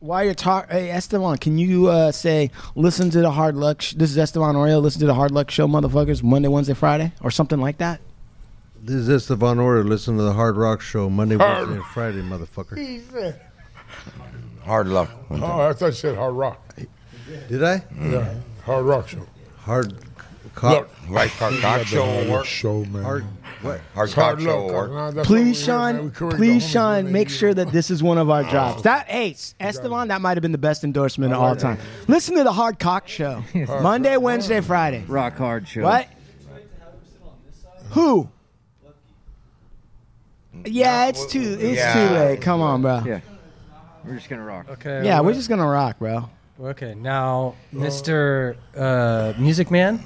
While you're talking, hey Esteban, can you uh, say listen to the Hard Luck? Sh- this is Esteban Oreo. Listen to the Hard Luck Show, motherfuckers, Monday, Wednesday, Friday, or something like that. This is Esteban Order. Listen to the Hard Rock Show Monday, Wednesday, and Friday, motherfucker. He said, Hard luck. oh, I thought you said hard rock. Did I? Yeah, hard rock show. Hard Look, cock. Right, hard cock show hard will rock work. show, man. Hard what? Hard It's cock hard show will luck. work. Nah, that's what we Please, hear, man. Sean. We correct the Please, homies Sean. when Make they- sure that this is one of our jobs. That hey, Esteban, that might have been the best endorsement of all time. Listen to the Hard Cock Show, Monday, Wednesday, Friday. Rock hard show. What? Who? Yeah, it's too. It's Yeah. too late. Come on, bro. Yeah. We're just gonna rock. Okay. Yeah, we're well, just gonna rock, bro. Okay, now, Mr. Uh, Music Man,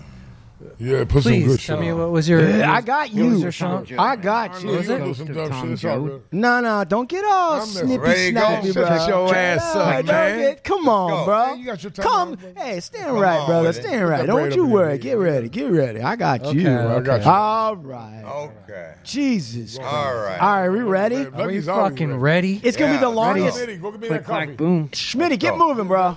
Yeah, put some good please shit. tell me on. what was your. I got What was you. your song? Joe. I I got know you. you do some Mr. dumb Tom shit. It's all Joe? good. No, no, don't get all I'm messing- snippy Ready to go? snappy, bro. Shut your ass no, up, don't man. get- come on, Go. bro. Hey, you got your time come, out, brother. hey, stand right, on brother. with it. Stand Put right. that Don't braid you up in worry. your Get head. ready. Get ready. I got you. I got you. All right. Okay. Jesus. All All right. right, we ready? Hey, Are you Lucky's always fucking ready. ready? It's gonna be Yeah, the ready. longest. Smitty, go get me Click, that coffee. clack, boom. Schmitty, get go. moving, bro.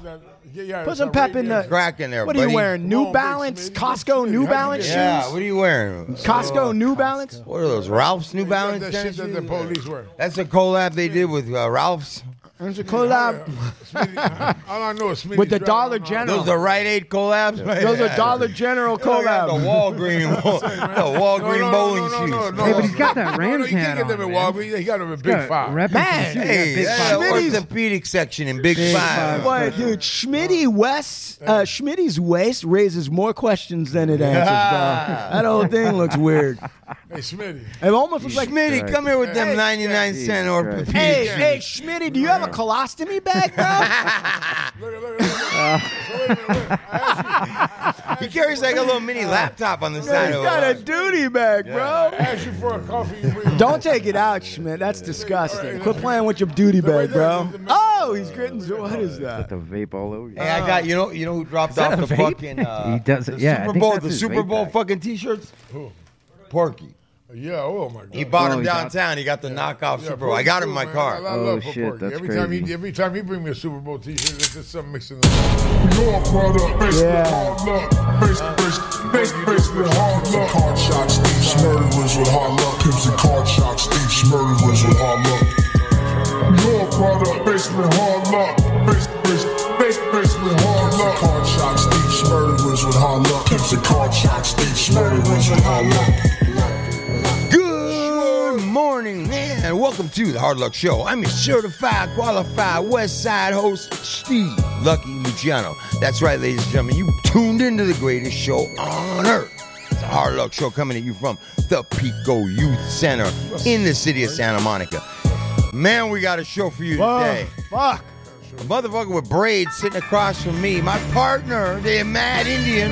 Yeah, yeah, Put it's some all pep right in there. the. Crack in there, What are you buddy. wearing? New Come on, big Balance, Smitty. Cosco New Yeah, Balance shoes. Yeah, what are you wearing? Costco New Balance. What are those? Ralph's New Balance that shit tennis that the shoes? police wear. That's a collab they did with uh, Ralph's. There's a collab Smitty, uh, all I know is Smitty. Um, with the Dollar Those General. are Rite Aid collabs. man. Those are Dollar General Look at The collab. Walgreen, the Walgreen bowling shoes. Hey, but he's got that no, no, Rams you hat can't get them at on, man. Walgreens. He got them at Got Big a Five. Oh, rep in Man, the zoo. Hey, Big that's five. the Schmitty's- orthopedic section in Big, Five. Five. Boy, dude, Schmitty West, uh, Schmitty's waist raises more questions than it answers, bro. That whole thing looks weird. Hey, Smitty. It almost looks like. Schmitty, come here with them Hey, 99 cent orthopedic Hey, shoes. hey, Schmitty, do you have a colostomy bag, bro? Look at, look at, look Uh. at. So wait a minute, wait. I He carries like a little mini laptop on the side He's of got a it. duty bag, bro. asked you for a coffee. You bring Don't take it out, Schmidt. That's disgusting. Quit playing with your duty bag, bro. Oh, he's gritting. What is that? The vape all over you. Hey, I got you know you know who dropped that off a the vape? fucking uh, He does it, the yeah, I Super think Bowl that's the his Super vape Bowl bag. fucking t-shirts. Porky. Yeah, oh my God. He bought Oh, him he got- downtown. He got the knockoff Yeah, Super Bowl. I got him in my man. car. I, I Oh, love shit, Porky. that's every time crazy. he every time he bring me a Super Bowl T-shirt, it's just something mixing. Your brother, Yeah. Card shots, thieves, murderers with hard luck. Pimps and card shots, thieves, murderers with hard luck. Your brother, basement hard luck. Base, base, base, basement hard luck. Card shots, thieves, murderers with hard luck. Pimps and card shots, thieves, murderers with hard luck. Good morning, man, and welcome to the Hard Luck Show. I'm your certified, qualified West Side host, Steve Lucky Luciano. That's right, ladies and gentlemen, you tuned into the greatest show on earth. It's the Hard Luck Show coming at you from the Pico Youth Center in the city of Santa Monica. Man, we got a show for you today. Fuck. A motherfucker with braids sitting across from me, my partner, the mad Indian.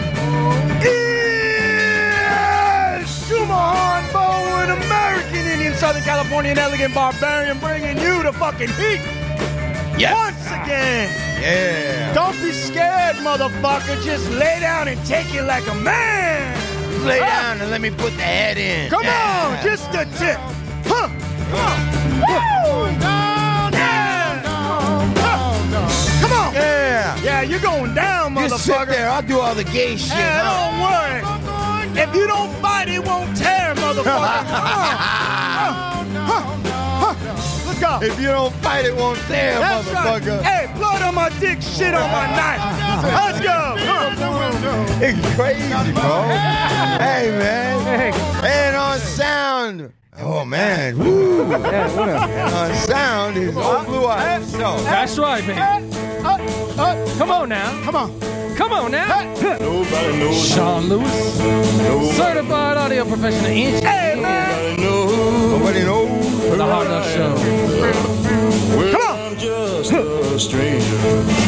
Schumahan Bow, an American Indian, Southern Californian elegant barbarian, bringing you the fucking heat Yes. once again. Yeah. Don't be scared, motherfucker. Just lay down and take it like a man. Lay down and let me put the head in. Come on, just the tip. Huh? Woo! Yeah. Huh. Come on. Yeah. Yeah, you're going down, Just sit motherfucker. there. I'll do all the gay shit. Yeah, huh? don't worry. If you don't fight, it won't tear, motherfucker. Look out. If you don't fight, it won't tear, That's right. motherfucker. Hey, blood on my dick, shit on my knife. Let's go. Huh. It's crazy, bro. hey, man. And on sound. Oh, man. Woo. on sound is all blue eyes. No. That's right, man. uh, Come on now. Come on. Come on now. Nobody knows. Sean Lewis, Nobody certified audio professional, inch. Hey, man. knows. Nobody knows. The Hard Luck Show. Come on. I'm just a stranger,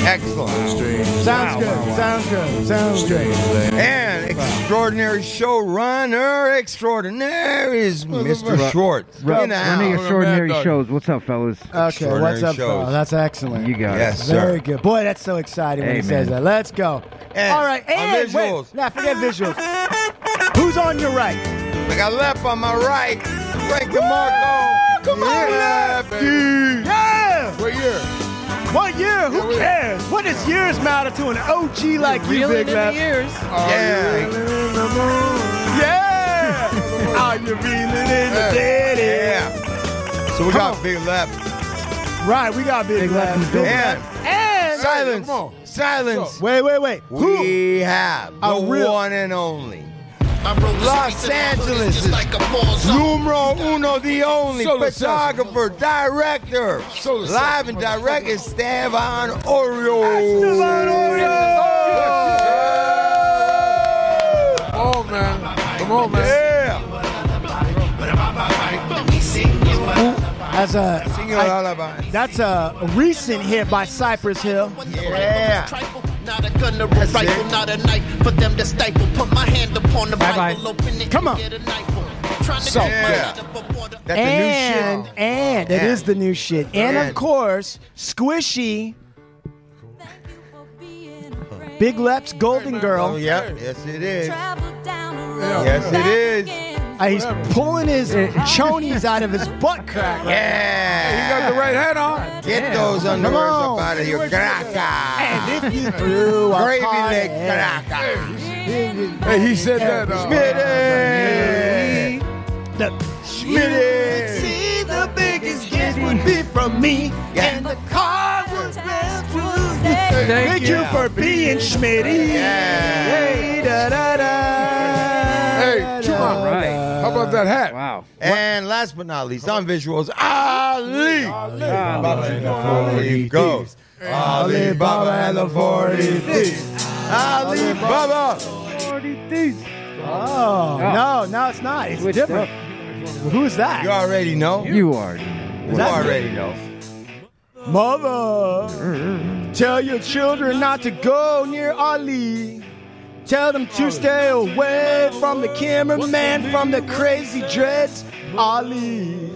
Excellent. stranger, Sounds good. Sounds good. Sounds good. And extraordinary showrunner extraordinaire is Mr. Schwartz. Ru- In the One of house. your extraordinary Mad Dog. shows. What's up, fellas? Okay, what's up, Extraordinary fellas? shows. That's excellent. You got Yes, it. Very sir. good. Boy, that's so exciting when Hey, he says man. that. Let's go. And All right, our and wait. visuals. Now, forget visuals. Who's on your right? I got left on my right. Frank DeMarco. Come on, lefty. Yeah! Where you? One year, who cares? What does years matter to an OG like you, Reeling in Big the Mac? years. Yeah. Yeah! Are you feeling in the dead air? Yeah. So we got Big Left. Right, we got Big, Big Left and Big And And silence. come on. Silence. wait, wait, wait. Who? We have the A real- one and only. Los Angeles is numero uno, the only Solo photographer, director, Solo live and session, direct is Esteban Oreo. Oh man, come on man. Yeah. That's a Singing lullaby. that's a recent hit by Cypress Hill. Yeah. Not a gun, a rifle, it. not a knife for them to stifle. Put my hand upon the Bye-bye. Bible, open it, Come on. get a knife. Trying to So get my good. head up above the- That's the new And shit. and it Yeah. is the new shit. And Yeah. of course, Squishy, Big Lep's Golden Oh, Girl. yeah. Yes, it is. Yes, it is. Uh, He's pulling his uh, chonies out of his butt crack. Yeah. You got the right hat on. Get those Come underwears up on. out of your cracker. And if you threw a Gravy party- leg cracker. Hey, he said that. Uh, Smitty. The Smitty. See, the biggest gift would be from me. Yeah. the car was built to stay. Thank you for being Schmitty. Yeah. Hey, da, da, da, Hey, come on. Right. How about that hat? Wow. And last but not least, on visuals, Ali. Baba and the 40 goes. Ali Baba and the 40 thieves. Ali Baba. Oh, no, no, it's not. It's Switched different. Who's that? You already know. You You are. already know. Mother, tell your children not to go near Ali. Tell them to stay away from the cameraman, from the crazy dreads. Ali.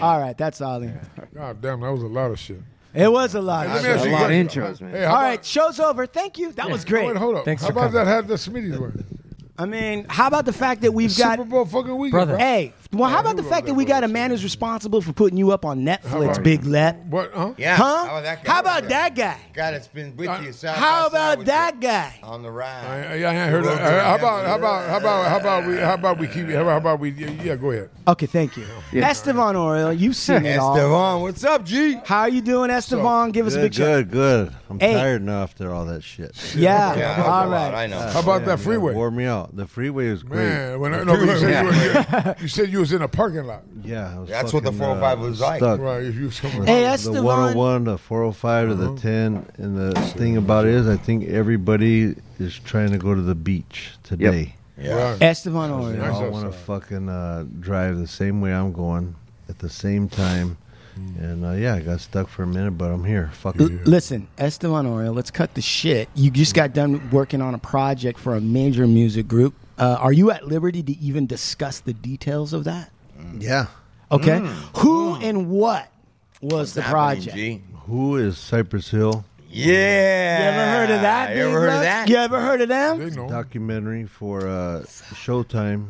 All right, that's Ali. God damn, that was a lot of shit. It was a lot. Let me A ask you lot of question. intros, man. Hey, how All about- right, show's over. Thank you. That was great. Wait, hold up. Thanks how for about that coming. hat that Smitty's wearing? I mean, how about the fact that we've got Super Bowl fucking weekend, Brother. bro. Hey, well, how Yeah, about who the wrote fact that that we got a bullshit? man who's responsible for putting you up on Netflix, about- Big Lep? What? Huh? Yeah. Huh? How about that guy? How about that guy? God, it's been with you. side How by side about with that you. guy? On the I, I, ride. I ain't heard that. Uh, How about how about how about how about we how about we keep how about, how about we yeah, yeah go ahead. Okay, thank you. Estevan Oriel, you've seen it all. Esteban, what's up, G? How are you doing, Estevan? Give us a Good, big shout. good, good. I'm Hey. tired now after all that shit. Yeah. Yeah, I know all a right. lot, Uh, I know. How about that freeway? Wore me out. The freeway was great. Man, when I, no, but you said you, were, you said you was in a parking lot, Yeah, I was That's what the fucking, 405 uh, was like. stuck. right? If you was coming, Hey, The Estevan. 101, the 405, to the 10, and the thing about it is, I think everybody is trying to go to the beach today. Yeah. Right. Estevan Oriel. They Nice all want to outside. fucking uh, drive the same way I'm going at the same time, Hmm. and uh, yeah, I got stuck for a minute, but I'm here. Fuck L- it. Listen, Esteban Oriel, let's cut the shit. You just got done working on a project for a major music group. Uh, are you at liberty to even discuss the details of that? Yeah. Okay. Who and what was the Happening, project? G. Who is Cypress Hill? Yeah. You ever heard of that? You ever Big heard of Lux? that? You ever heard of them? they know. Documentary for uh, Showtime.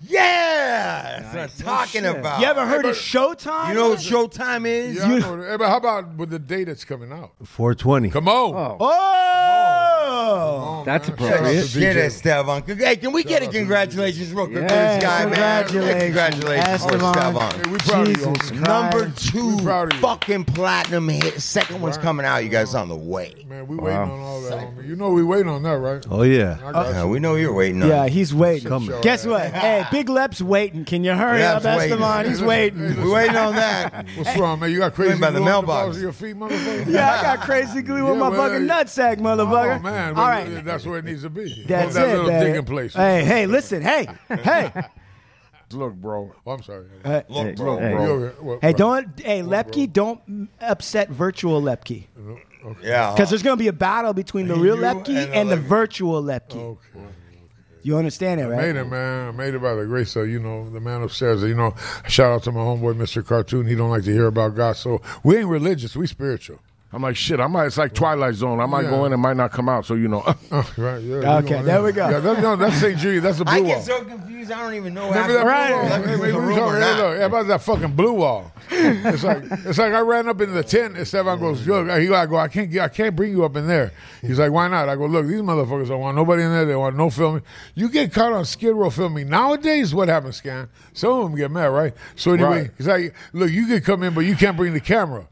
Yeah. That's what I'm talking about. You ever heard of Showtime? You know what Showtime is? Yeah, I know. Hey, but how about with the day that's coming out? 420. Come on, Oh, Oh! that's Shut up, appropriate. Shit, Esteban. Hey, can we get a congratulations real quick for Yes, this guy, man? congratulations, Congratulations for Esteban. Esteban. Hey, we proud Jesus of you. Christ. homie. Number We proud of two, you. fucking platinum hit. Second one's coming out. You guys on the way. Man, we waiting on all that. homie. You know we waiting on that, right? Oh yeah. I got Yeah, we know you're waiting on. Yeah, Yeah, he's waiting. Coming. Guess what? Hey, Big Lep's waiting. Can you hurry Lep's up, waiting. Esteban? He's waiting. we waiting on that. you. What's wrong, man? You got crazy Waiting by the glue on mailbox. balls of your feet, motherfucker. Yeah, I got crazy glue on Yeah, my well, fucking yeah. nutsack, motherfucker. Oh man, All well, right. that's where it needs to be. That's that it, little baby. digging place. Hey, hey, listen, hey, hey, Look, bro. Oh, I'm sorry. Hey. Look, bro. hey. You okay? What- hey! what? Don't, Oh, hey, Lepke, don't upset virtual Lepke, Yeah. because there's gonna be a battle between the real Oh. You Lepke and and, the the Lepke. virtual Lepke. Okay. You understand it, right? Made it, man. I made it by the grace of you know the man upstairs. You know, shout out to my homeboy, Mr. Cartoon. He don't like to hear about God, so we ain't religious. We spiritual. I'm like, shit, I might, it's like Twilight Zone. I might go in and might not come out, so you know. right, yeah, Okay, there we go. Yeah, that, no, that's St. Jude. That's a blue I wall. get so confused. I don't even know. Remember that Right. blue wall? Like, Hey, is man, it a we room talking hey, or not? look, about that fucking blue wall. It's like it's like I ran up into the tent and Stefan goes, look, he like, I go, I can't get, I can't bring you up in there. He's like, why not? I go, look, these motherfuckers don't want nobody in there. They want no filming. You get caught on Skid Row filming nowadays. What happens, Scan? Some of them get mad, right? So anyway, Right. he's like, look, you can come in, but you can't bring the camera.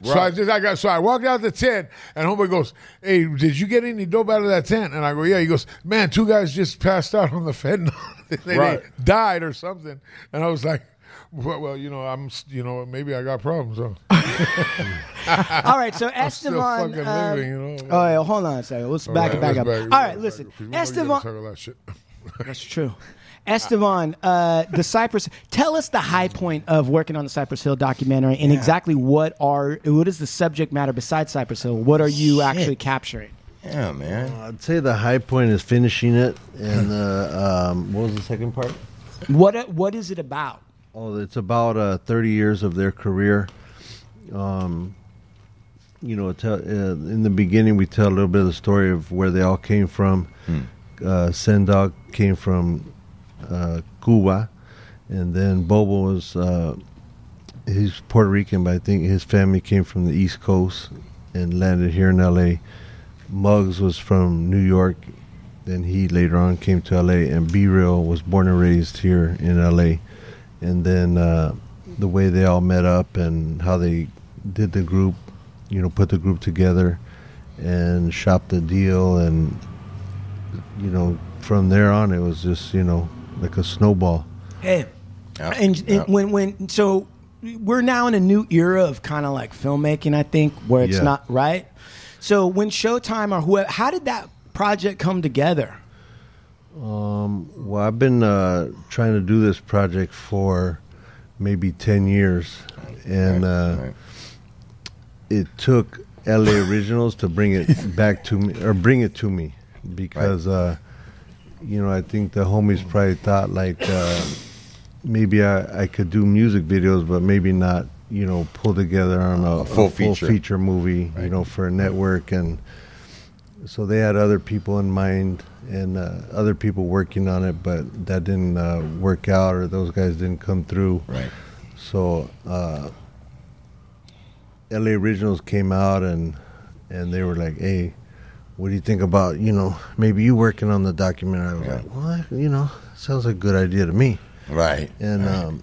So I just I got so I walked out the tent and homeboy goes, Hey, did you get any dope out of that tent? And I go, Yeah. He goes, Man, two guys just passed out on the fentanyl. they, they Right. died or something. And I was like, Well, well you know, I'm s- you know, maybe I got problems though. All right, so Still Estevan. fucking um, living, you know. Oh, yeah, hold on a second. Let's back it back Let's up. back- All right, back- listen. we know you gotta Estevan. talk a lot of shit. That's true. Estevan, uh, the Cypress. Tell us the high point of working on the Cypress Hill documentary, and exactly what are what is the subject matter besides Cypress Hill? What are you actually capturing? Yeah, man. I'd say the high point is finishing it, and uh, um, what was the second part? What what is it about? Oh, it's about uh, 30 years of their career. Um, you know, tell, uh, in the beginning, we tell a little bit of the story of where they all came from. Uh, Sendog came from uh, Cuba, and then Bobo was uh, he's Puerto Rican, but I think his family came from the East Coast and landed here in L.A. Muggs was from New York. Then he later on came to LA, and B Real was born and raised here in LA. And then uh, the way they all met up and how they did the group, you know, put the group together and shopped the deal. And, you know, from there on, it was just, you know, like a snowball. Hey, and, and when when so we're now in a new era of kind of like filmmaking. I think where it's Yeah. not right. So when Showtime or whoever, how did that project come together? Well, I've been uh, trying to do this project for maybe 10 years. And uh, it took LA Originals to bring it back to me, or bring it to me, because, uh, you know, I think the homies probably thought like uh, maybe I, I could do music videos, but maybe not, you know, pull together on a, a full full, feature. feature. movie, you know, for a network. And so they had other people in mind and uh, other people working on it, but that didn't uh, work out or those guys didn't come through. Right. So uh, LA Originals came out and and they were like, "Hey, what do you think about you know maybe you working on the documentary?" I was Yeah. like, "Well, you know, sounds like a good idea to me." Right. and um,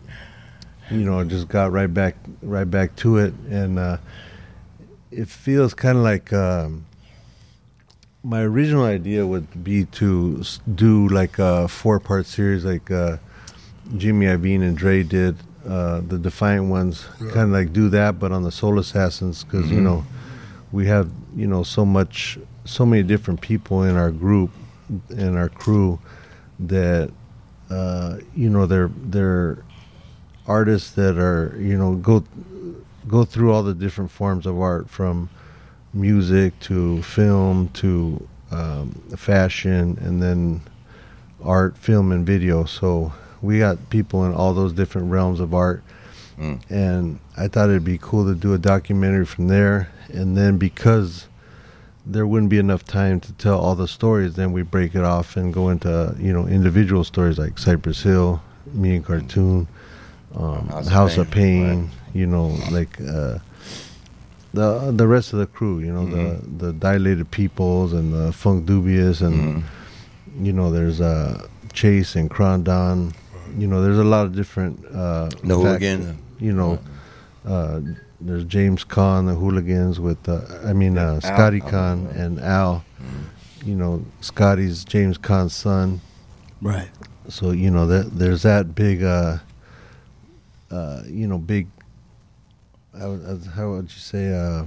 you know just got right back right back to it and uh, it feels kind of like um, my original idea would be to s- do like a four part series like uh, Jimmy Iovine and Dre did uh, the Defiant Ones kind of like do that but on the Soul Assassins because you know we have you know so much so many different people in our group in our crew that uh, you know they're they're artists that are you know go go through all the different forms of art from music to film to um, fashion and then art film and video so we got people in all those different realms of art and i thought it'd be cool to do a documentary from there and then because there wouldn't be enough time to tell all the stories. Then we break it off and go into you know individual stories like Cypress Hill, me and Cartoon, um, House House, of of Pain, Pain. You know, like uh, the uh, the rest of the crew. You know, Mm-hmm. the the Dilated Peoples and the Funk Dubious and Mm-hmm. you know there's uh, Chase and Crondon. You know, there's a lot of different uh, The fact- Hooligan. You know. Uh, there's James Kahn, the hooligans with, uh, I mean, uh, Scotty Kahn and Al. Mm-hmm. You know, Scotty's James Kahn's son. Right. So you know that there's that big, uh, uh, you know, big. I would- I would- how would you say? Uh,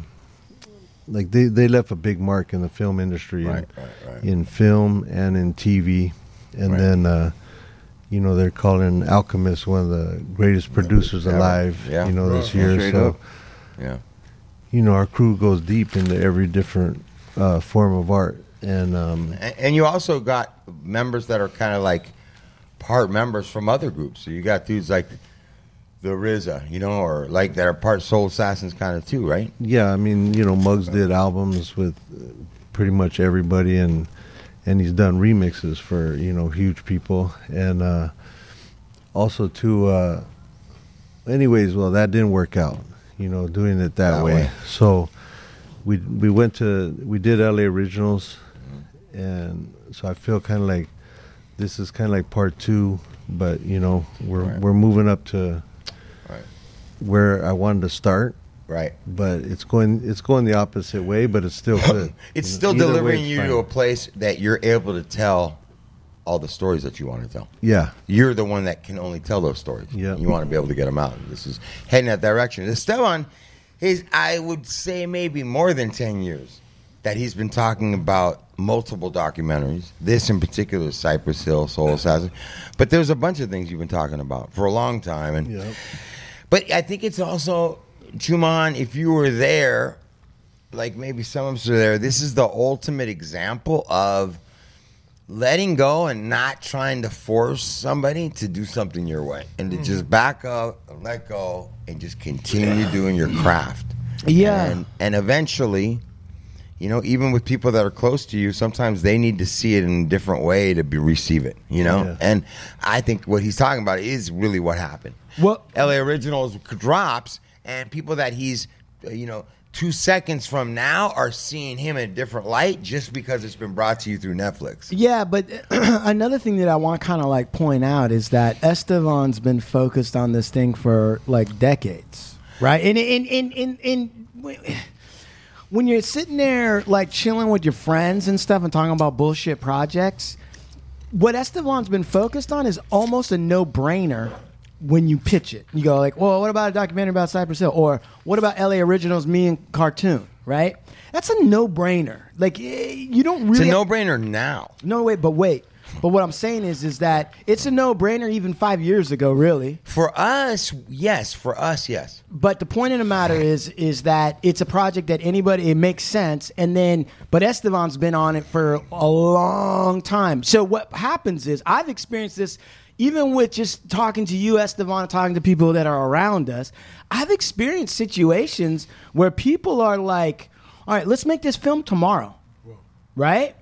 like they, they left a big mark in the film industry, Right, in, right, right. in film and in TV, and Right. then uh, you know they're calling Alchemist one of the greatest producers ever. alive. Yeah. You know this Right. year, Straight so up. Yeah. you know, our crew goes deep into every different uh, form of art. And um, And, and you also got members that are kind of like part members from other groups. So you got dudes like the RZA, you know, or like that are part Soul Assassins kind of too, right? Yeah, I mean, you know, Muggs did albums with uh, pretty much everybody, and and he's done remixes for you know huge people, and uh, also to. Uh, anyways, well, that didn't work out. You know, doing it that, That way. way. So, we we went to we did LA Originals, Mm-hmm. and so I feel kind of like this is kind of like part two, but you know, we're Right. we're moving up to Right. where I wanted to start Right. but it's going it's going the opposite way, but it's still good. It's You know, still Mm, either way, delivering it's you fine. to a place that you're able to tell all the stories that you want to tell. yeah, You're the one that can only tell those stories. Yeah. You want to be able to get them out. This is heading that direction. Esteban is, I would say, maybe more than 10 years that he's been talking about multiple documentaries. This in particular, Cypress Hill, Soul Assassin. But there's a bunch of things you've been talking about for a long time. And yeah, but I think it's also Chuman. If you were there, like maybe some of us are there, this is the ultimate example of letting go and not trying to force somebody to do something your way, and to just back up, and let go, and just continue doing your craft. Yeah. and, and eventually. You know, even with people that are close to you, sometimes they need to see it in a different way to be receive it. You know, Yeah. and I think what he's talking about is really what happened. Well- LA Originals drops, and people that he's, uh, you know, two seconds from now are seeing him in a different light just because it's been brought to you through Netflix. Yeah, but another thing that I want to kind of like point out is that Estevan's been focused on this thing for like decades, right? And in in in in when you're sitting there like chilling with your friends and stuff and talking about bullshit projects, what Estevan's been focused on is almost a no-brainer when you pitch it. You go like, "Well, what about a documentary about Cypress Hill?" Or "What about LA Originals, me and cartoon?" Right? That's a no-brainer. Like eh, you don't It's really a no-brainer now. no, wait, but wait. But what I'm saying is, is that it's a no-brainer even five years ago, really. For us, yes. For us, yes. But the point of the matter is, is that it's a project that anybody it makes sense. And then, but Estevan's been on it for a long time. So what happens is, I've experienced this even with just talking to you, Estevan, and talking to people that are around us. I've experienced situations where people are like, "All right, let's make this film tomorrow." right?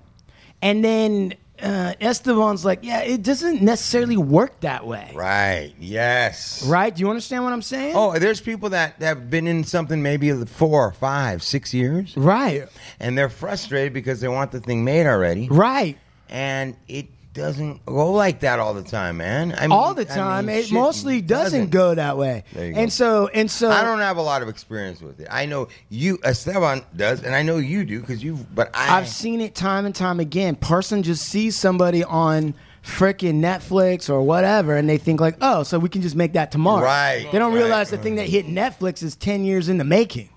And then uh, Esteban's like, yeah, it doesn't necessarily work that way, right? Right. Yes. Do you understand what I'm saying? Oh, there's people that that have been in something maybe four, five, six years, right, and they're frustrated because they want the thing made already. right. and it doesn't go like that all the time, man. I mean, All the I time, mean, it shit mostly doesn't, go that way. There you go. And so, and so, I don't have a lot of experience with it. I know you, Esteban does, and I know you do because you. But I, I've seen it time and time again. Person just sees somebody on freaking Netflix or whatever, and they think like, oh, so we can just make that tomorrow. Right, They don't right. realize the thing that hit Netflix is ten years in the making,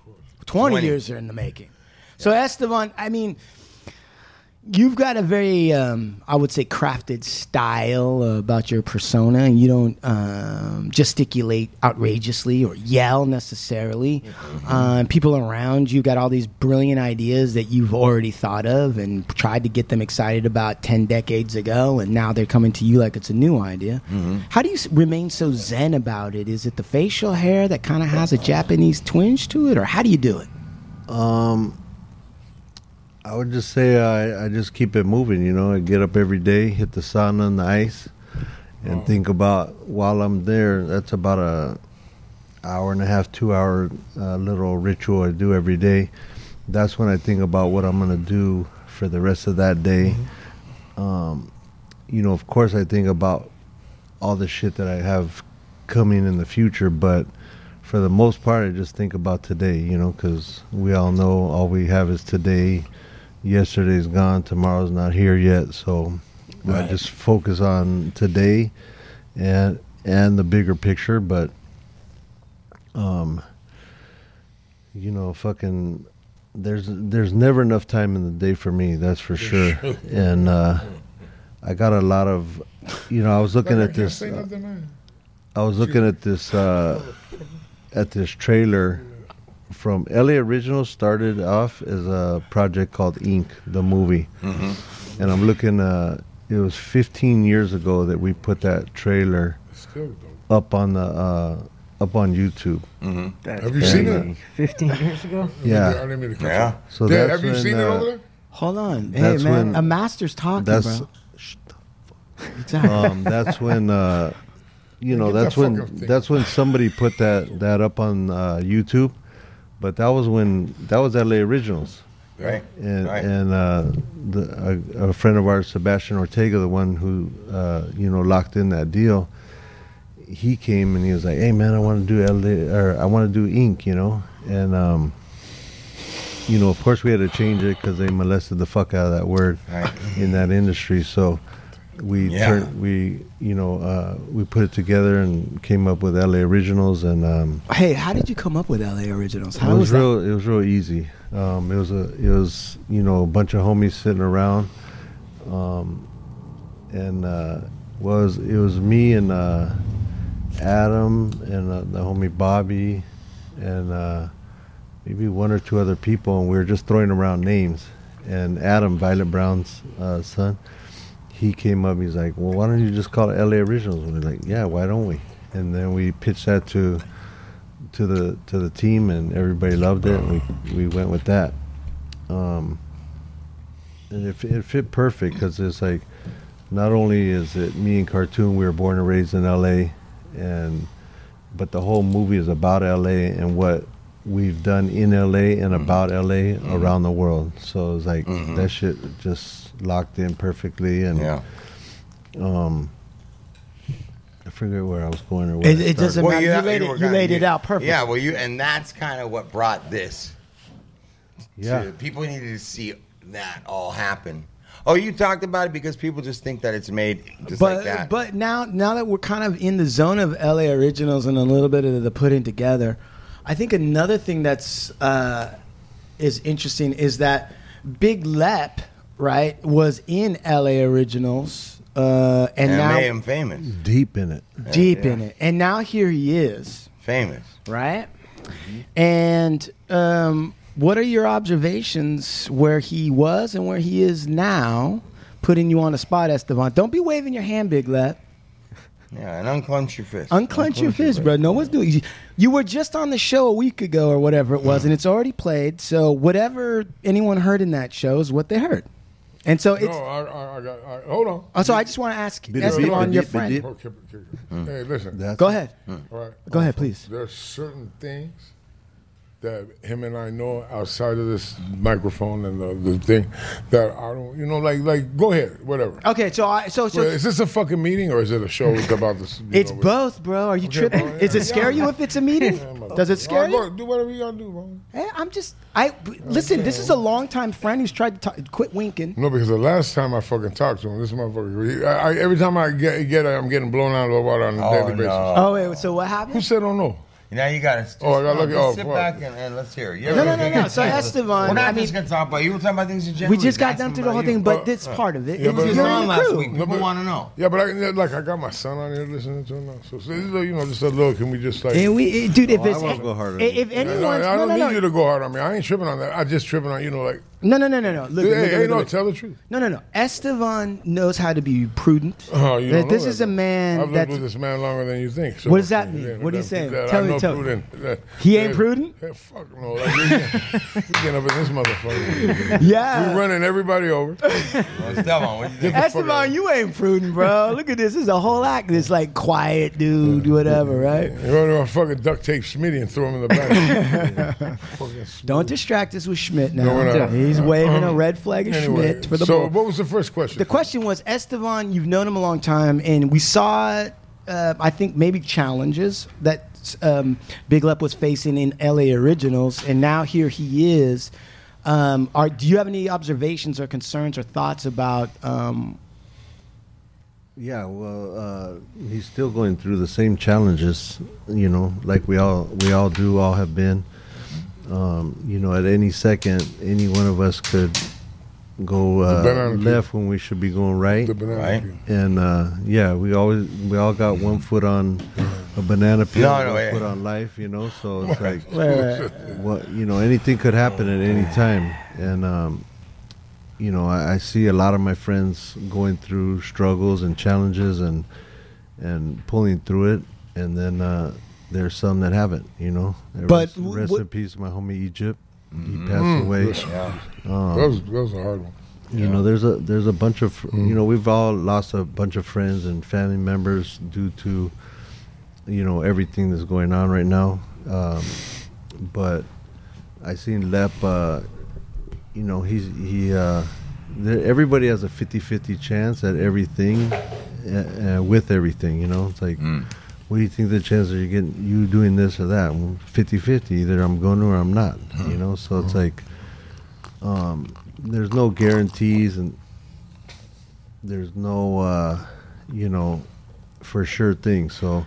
twenty, 20. years are in the making. So Esteban, I mean. You've got a very, um, I would say, crafted style about your persona, and you don't um, gesticulate outrageously or yell necessarily. Uh, and people around you got all these brilliant ideas that you've already thought of and tried to get them excited about 10 decades ago, and now they're coming to you like it's a new idea. How do you s- remain so zen about it? Is it the facial hair that kind of has a Japanese twinge to it, or how do you do it? I would just say I I just keep it moving. You know, I get up every day, hit the sauna and the ice, Oh. and think about while I'm there. That's about a hour and a half, two hour uh, little ritual I do every day. That's when I think about what I'm gonna do for the rest of that day. Um, Mm-hmm. you know, of course, I think about all the shit that I have coming in the future, but for the most part, I just think about today, you know, because we all know all we have is today. Yesterday's gone, tomorrow's not here yet, so I just focus on today and and the bigger picture. But, um, you know, fucking, there's there's never enough time in the day for me. That's for sure. And uh, I got a lot of, you know, I was looking at this. Say uh, nothing, man. I was looking at this uh, at this trailer from LA Original started off as a project called Ink, the movie, Mm-hmm. and I'm looking. Uh, it was 15 years ago that we put that trailer Still dope. up on the uh, up on YouTube. Mm-hmm. That's Have you seen crazy. it? 15 years ago? I Yeah. didn't mean to cut you. Yeah. So Dad, that's have you when, seen it uh, over there? Hold on. Hey, That's man. when- a master's talking, That's bro. Exactly. um, that's when uh, you know Get that that's when fucking thing. that's when somebody put that that up on uh, YouTube. But that was when that was LA Originals, Right. and Right. and uh, the, a, a friend of ours, Sebastian Ortega, the one who uh, you know locked in that deal. He came and he was like, "Hey man, I want to do LA or I want to do Ink," you know, and um, you know, of course, we had to change it because they molested the fuck out of that word Right. in that industry. So we Yeah. turned, we you know uh, we put it together and came up with LA originals, and um, hey, how did you come up with LA Originals? it How was, was, that? real. It was real easy. Um, it was a it was you know a bunch of homies sitting around, um, and uh, was it was me and uh, Adam and uh, the homie Bobby, and uh, maybe one or two other people, and we were just throwing around names. And Adam, Violet Brown's uh, son, he came up. He's like, "Well, why don't you just call it LA Originals?" And we're like, "Yeah, why don't we?" And then we pitched that to to the to the team, and everybody loved it. And we we went with that. Um, and it, it fit perfect because it's like, not only is it me and cartoon, we were born and raised in L.A., and but the whole movie is about L.A. and what we've done in L.A. and about L.A. around the world. So it's like that shit just locked in perfectly, and Yeah. I forget where I was going or what. It, it doesn't matter. yeah, you laid, were it, you gonna- laid it out perfect. Yeah, well, you and that's kind of what brought this. yeah. to- people needed to see that all happen. Oh, you talked about it because people just think that it's made just but like that. but now now that we're kind of in the zone of LA originals and a little bit of the putting together, I think another thing that's uh, is interesting is that Big Lep right was in LA originals uh, and and now made him famous. deep in it. deep in it, and now here he is Famous. right? And um, what are your observations where he was and where he is now? Putting you on the spot, Estevan. Don't be waving your hand, Big Lap. Yeah, and unclench your fist. Unclench your fist, bro. No one's doing. You, you were just on the show a week ago or whatever it was, and it's already played. So whatever anyone heard in that show is what they heard. And so No, it's. I, I, I got. I, hold on. also, I just want to ask Bidi- Estevan, bidi- your bidi- friend. Oh, keep it, keep it. Hey, listen. That's Go ahead. all right. Go ahead, please. There's certain things that him and I know outside of this microphone and the, the thing that I don't. You know, like like go ahead, whatever. Okay, so I Oh, so so Wait, is this a fucking meeting or is it a show that's about this? you it's know, what- both, bro. Are you tripping? bro, yeah. Does it scare you if it's a meeting? Yeah, mother- Does it All scare right, you? go- do whatever you gotta do, bro. Hey, I'm just. I b- listen. This is a longtime friend who's tried to talk, quit winking. No, because the last time I fucking talked to him, this motherfucker. he- I, I, every time I get get, I'm getting blown out of the water on a Oh, daily basis. no. Oh wait. So what Who happened? said oh no? Now you got to. Oh, I gotta look- oh, Sit fuck. back and, and let's hear. it. You No, no, ever- no, no. So We're Estevan. not I mean, just gonna talk about you. We're talking about things in general. we just got That's done through the whole about you. thing, but Uh, this part of it. yeah, it was but- you're No, in the last crew. week. People but- want to know. Yeah, but I, like I got my son on here listening to him now. So, so you know, just a little. Can we just like? And we, eh, dude, if Oh, I it's wanna go harder. eh, if I, anyone, don't- I no, don't no, need you no, to go hard on me. I ain't tripping on that. I just tripping on you know like. no, no, no, no, no. Look, look, hey, hey, look, no, look, look. tell the truth. no, no, no. Estevan knows how to be prudent. Oh, you That don't know this that, is a bro. I've man lived that's with this man longer than you think. so- What does that mean? Yeah, What are you that- saying? that Tell I me, know tell me. prudent. That- He ain't that- prudent? Yeah, fuck no. Like, we, we getting up in this motherfucker. yeah. we running everybody over. Well, Esteban, what do you think? Esteban, you ain't prudent, bro. Look at this. This is a whole act. This like quiet dude, whatever, right? You want to fucking duct tape Smitty and throw him in the back. Fucking Smitty. Don't distract us with Schmidt now. No, we're not. Um, He's waving a red flag at Uh-huh. Anyway, Schmidt for the so ball. what was the first question? The question was Estevan, you've known him a long time, and we saw, uh, I think, maybe challenges that um, Big Lep was facing in LA Originals, and now here he is. Um, are, do you have any observations or concerns or thoughts about um, Yeah, well, uh, he's still going through the same challenges, you know, like we all we all do, all have been. Um, you know, at any second, any one of us could go uh, banana peel. left when we should be going right, The banana Right. peel. and uh, yeah, we always we all got one foot on a banana peel, No, no, one yeah. foot on life, you know. So it's like, Wait, wait. what you know, anything could happen at any time, and um, you know, I, I see a lot of my friends going through struggles and challenges and and pulling through it, and then uh, there's some that haven't, you know. But rest, rest what- in peace, my homie Egypt. Mm-hmm. He Mm. passed away. Yeah. Um, that, was, that was a hard one. you know, there's a there's a bunch of you know we've all lost a bunch of friends and family members due to you know everything that's going on right now. Um, but I seen Lep, uh, you know, he's he uh, there, everybody has a 50-50 chance at everything uh, uh, with everything. You know, it's like. What do you think the chances are you getting you doing this or that? 50-50, either I'm going or I'm not. You know, so it's like um, there's no guarantees and there's no uh, you know for sure thing so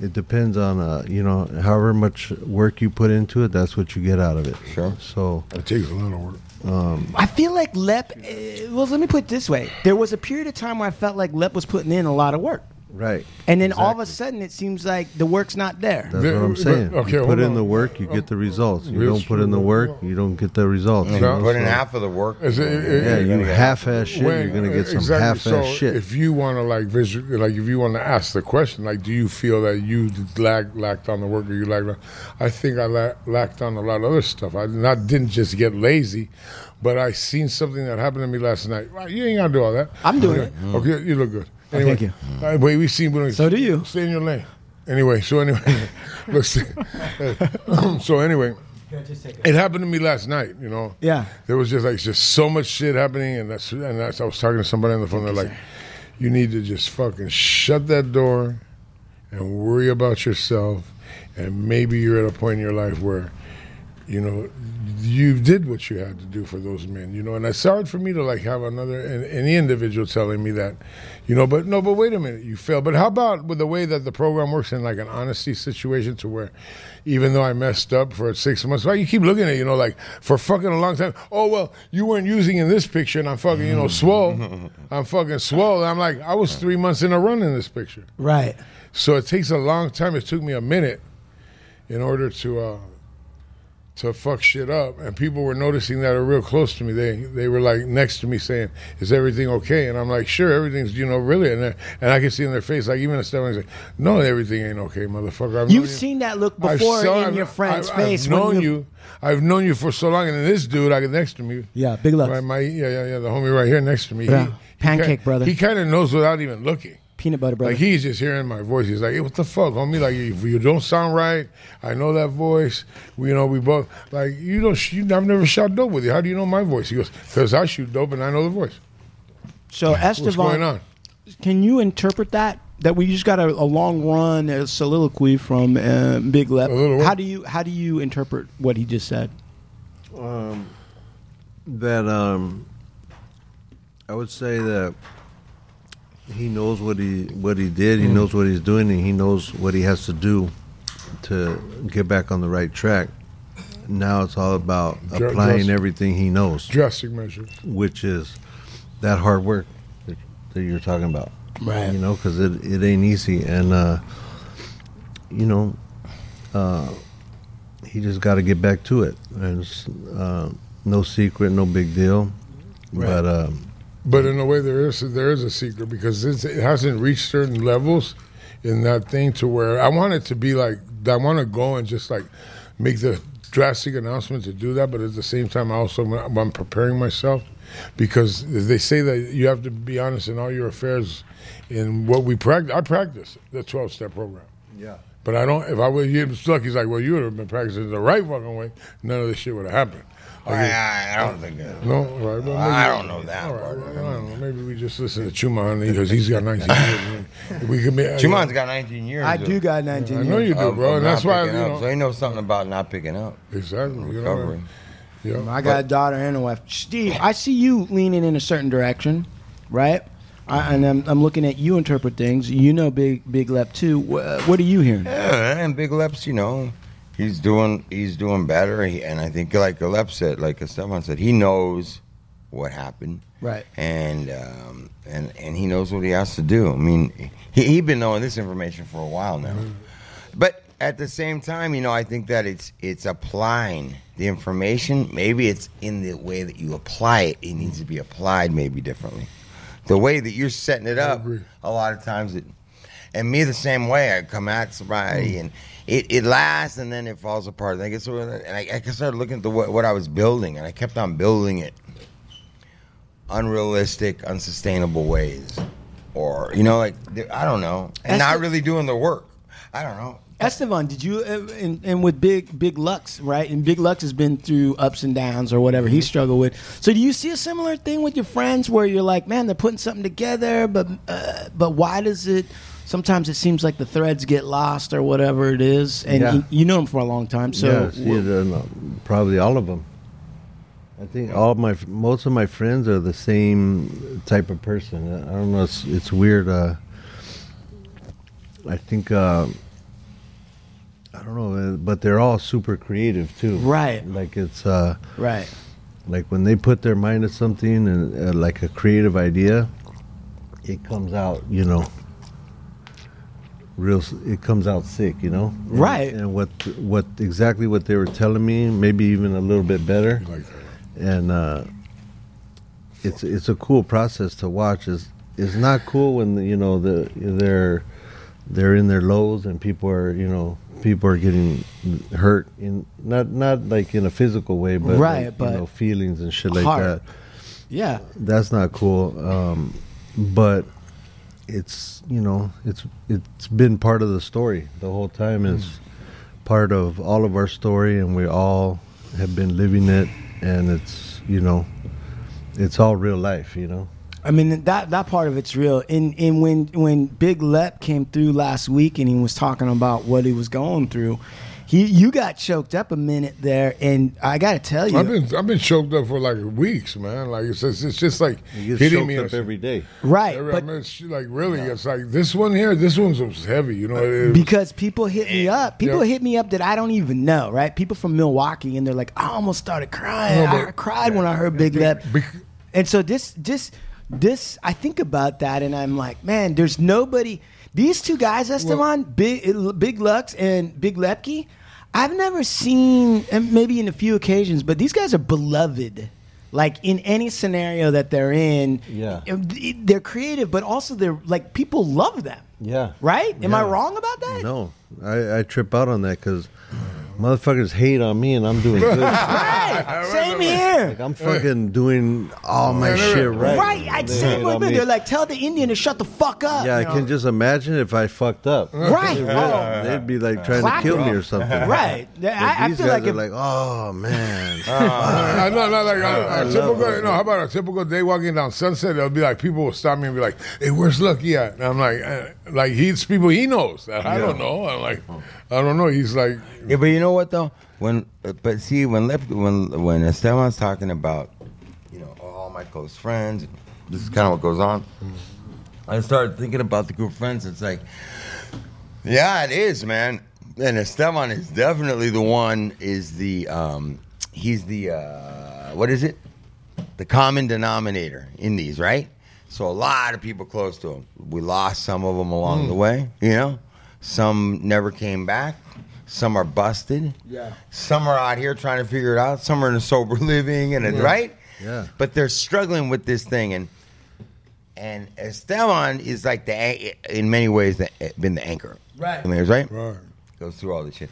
it depends on uh, you know however much work you put into it that's what you get out of it sure so it takes a lot of work um, I feel like Lep. eh, Well, let me put it this way: there was a period of time where I felt like Lep was putting in a lot of work, right and then all of a sudden it seems like the work's not there. that's what I'm saying. okay, you hold put in on. the work, you get the results. You Real don't put in the shit. work, you don't get the results. you know, Put in so- half of the work. Is it- it- Yeah, it- you it- half-ass shit, when- you're gonna get some exactly. half-ass So shit. If you want to like visual, like if you want to ask the question, like, do you feel that you lack, lacked on the work, or you lacked? On, I think I la- lacked on a lot of other stuff. I not didn't just get lazy, but I seen something that happened to me last night. Right, you ain't gotta do all that. I'm doing okay. it. Okay, you look good. Oh, thank you. all right, wait, we seen. But So do you. Stay in your lane. Anyway, so anyway, look. so anyway, it happened to me last night. You know Yeah. there was just like just so much shit happening, and that's and that's, I was talking to somebody on the phone. They're like, "You need to just fucking shut that door, and worry about yourself, and maybe you're at a point in your life where, you know, you did what you had to do for those men, you know." And it's hard for me to like have another an, any individual telling me that, you know. But no, but wait a minute, you failed. But how about with the way that the program works in like an honesty situation to where, even though I messed up for six months, why you keep looking at it, you know like for fucking a long time? Oh well, you weren't using in this picture, and I'm fucking you know swole. I'm fucking swole. I'm like I was three months in a run in this picture. Right. So it takes a long time. It took me a minute in order to uh, to fuck shit up, and people were noticing that are real close to me. They they were like next to me saying, "Is everything okay?" And I'm like, "Sure, everything's you know really." And they're- and I can see in their face like even a step, like, "No, everything ain't okay, motherfucker." I've known You've you- seen that look I've before saw- in I've- your friend's I've- face. I've when known you. I've known you for so long, and then this dude, like next to me, Yeah, big love. right, my yeah yeah yeah, the homie right here next to me, Yeah. he- he Pancake ki- brother. he kind of knows without even looking. Peanut butter brother. Like he's just hearing my voice. He's like, hey, "What the fuck, homie? Like you, you don't sound right. I know that voice. We, you know, we both like you don't. sh- You, I've never shot dope with you. How do you know my voice?" He goes, "Cause I shoot dope and I know the voice. so What's going Estevan, on?" can you interpret that? That we just got a, a long run, a soliloquy from uh, Big Lep. A little what? How do you how do you interpret what he just said? um, that um, I would say that he knows what he what he did. He knows what he's doing, and he knows what he has to do to get back on the right track. Now it's all about Dr- applying dress- everything he knows, Drastic measures. which is that hard work that, that you're talking about. Right. You know, because it, it ain't easy, and uh, you know, uh, he just got to get back to it. And it's, uh, no secret, no big deal. But um, But in a way, there is there is a secret because it's, it hasn't reached certain levels in that thing to where I want it to be like I want to go and just like make the drastic announcement to do that. But at the same time, I also I'm preparing myself because they say that you have to be honest in all your affairs. In what we practice, I practice the twelve step program. yeah, But I don't. If I was you stuck, he's like, "Well, you would have been practicing the right fucking way. None of this shit would have happened." Like, I, I- I don't think that. no, all right. Well, maybe- I don't know that all right, part. well, I don't know. Maybe we just listen to Chuman because he's got 19 years. man. We could be, Juman's got 19 years. I of- do got I nineteen. know you do, of- Oh, bro, of and not that's why you picking up. know So he knows something about not picking up, exactly. You know, recovering. yeah. I got a daughter and a wife. Steve, I see you leaning in a certain direction, right? I, and I'm, I'm looking at you interpret things. You know Big Big Lep too. Wha what are you hearing? Yeah, and Big Leps, you know, he's doing he's doing better. He, and I think, like Lep said, like Esteban said, he knows what happened, Right. and um, and and he knows what he has to do. I mean, he he been knowing this information for a while now, but at the same time, you know, I think that it's it's applying the information. Maybe it's in the way that you apply it. It needs to be applied maybe differently. The way that you're setting it up, agree. a lot of times it And me the same way. I come at sobriety and it, it lasts and then it falls apart. And I, guess, and I, I started looking at the, what, what I was building and I kept on building it unrealistic, unsustainable ways. Or, you know, like, I don't know. And That's not the- really doing the work. I don't know. Estevan, did you uh, and, and with big big Lux, right? And big Lux has been through ups and downs or whatever he struggled with. So do you see a similar thing with your friends where you're like, man, they're putting something together, but uh, but why does it? Sometimes it seems like the threads get lost or whatever it is, and Yeah. you, you know them for a long time. So yeah, see, they're not- probably all of them. I think all my most of my friends are the same type of person. I don't know. It's it's weird. Uh, I think uh, I don't know, uh, but they're all super creative too. Right. Like it's uh, right, like when they put their mind to something and uh, like a creative idea, it comes out. You know, real s- it comes out sick you know And- Right. and what what exactly what they were telling me maybe even a little bit better Like that. and uh it's it's a cool process to watch is it's not cool when you know the they're they're in their lows and people are you know people are getting hurt in not not like in a physical way but Right, like, but you know feelings and shit like heart. that yeah, that's not cool. Um, but it's you know it's it's been part of the story the whole time. It's part of all of our story, and we all have been living it. And it's you know it's all real life. You know. I mean that that part of it's real. And and when when Big Lep came through last week and he was talking about what he was going through, he you got choked up a minute there, and I got to tell you, I've been I've been choked up for like weeks, man. Like it's just, it's just like You get hitting me choked up or- every day. right? Every- I but mean, it's like really, it's like this one here. This one's was heavy, you know. It, it, because people hit me up, people Yeah. hit me up that I don't even know, right? People from Milwaukee, and they're like, I almost started crying. No, but- I cried when I heard Big Lep. bec- And so this this this I think about that and I'm like, man, there's nobody these two guys, Esteban, Big Big Lux and Big Lepke, I've never seen and maybe in a few occasions, but these guys are beloved. Like in any scenario that they're in, Yeah. it- they're creative, but also they're like people love them. Yeah. Right? Am I Yeah. wrong about that? No, I, I trip out on that because motherfuckers hate on me, and I'm doing good. shit. Right. Same here. Like I'm fucking doing all my Yeah, shit right. right. Right. I They same hate with on me. me. They're like, tell the Indian to shut the fuck up. Yeah, I you know? can just imagine if I fucked up. Right. They'd, Oh. they'd be like trying Clap to kill me it. or something. Right. But I, I these feel guys like are if like, oh man. Ah, I know, not Uh, like a, a love typical. that. No, how about a typical day walking down Sunset? It'll be like people will stop me and be like, "Hey, where's Lucky at?" And I'm like, eh, "Like he's people he knows. that I don't know. I'm like, I don't know. He's like, Yeah, but you know what though? When uh, but see when Lep, when when Esteban's talking about, you know, all my close friends, this is kind of what goes on. I started thinking about the group of friends. It's like, yeah, it is, man. And Esteban is definitely the one. Is the um, he's the uh, what is it? The common denominator in these, right? So a lot of people close to him. We lost some of them along the way. You know, some never came back. Some are busted. Yeah. Some are out here trying to figure it out. Some are in a sober living and a, right. Yeah. But they're struggling with this thing and and Esteban is like the an- in many ways the, been the anchor. Right. I mean, right? right. Goes through all this shit.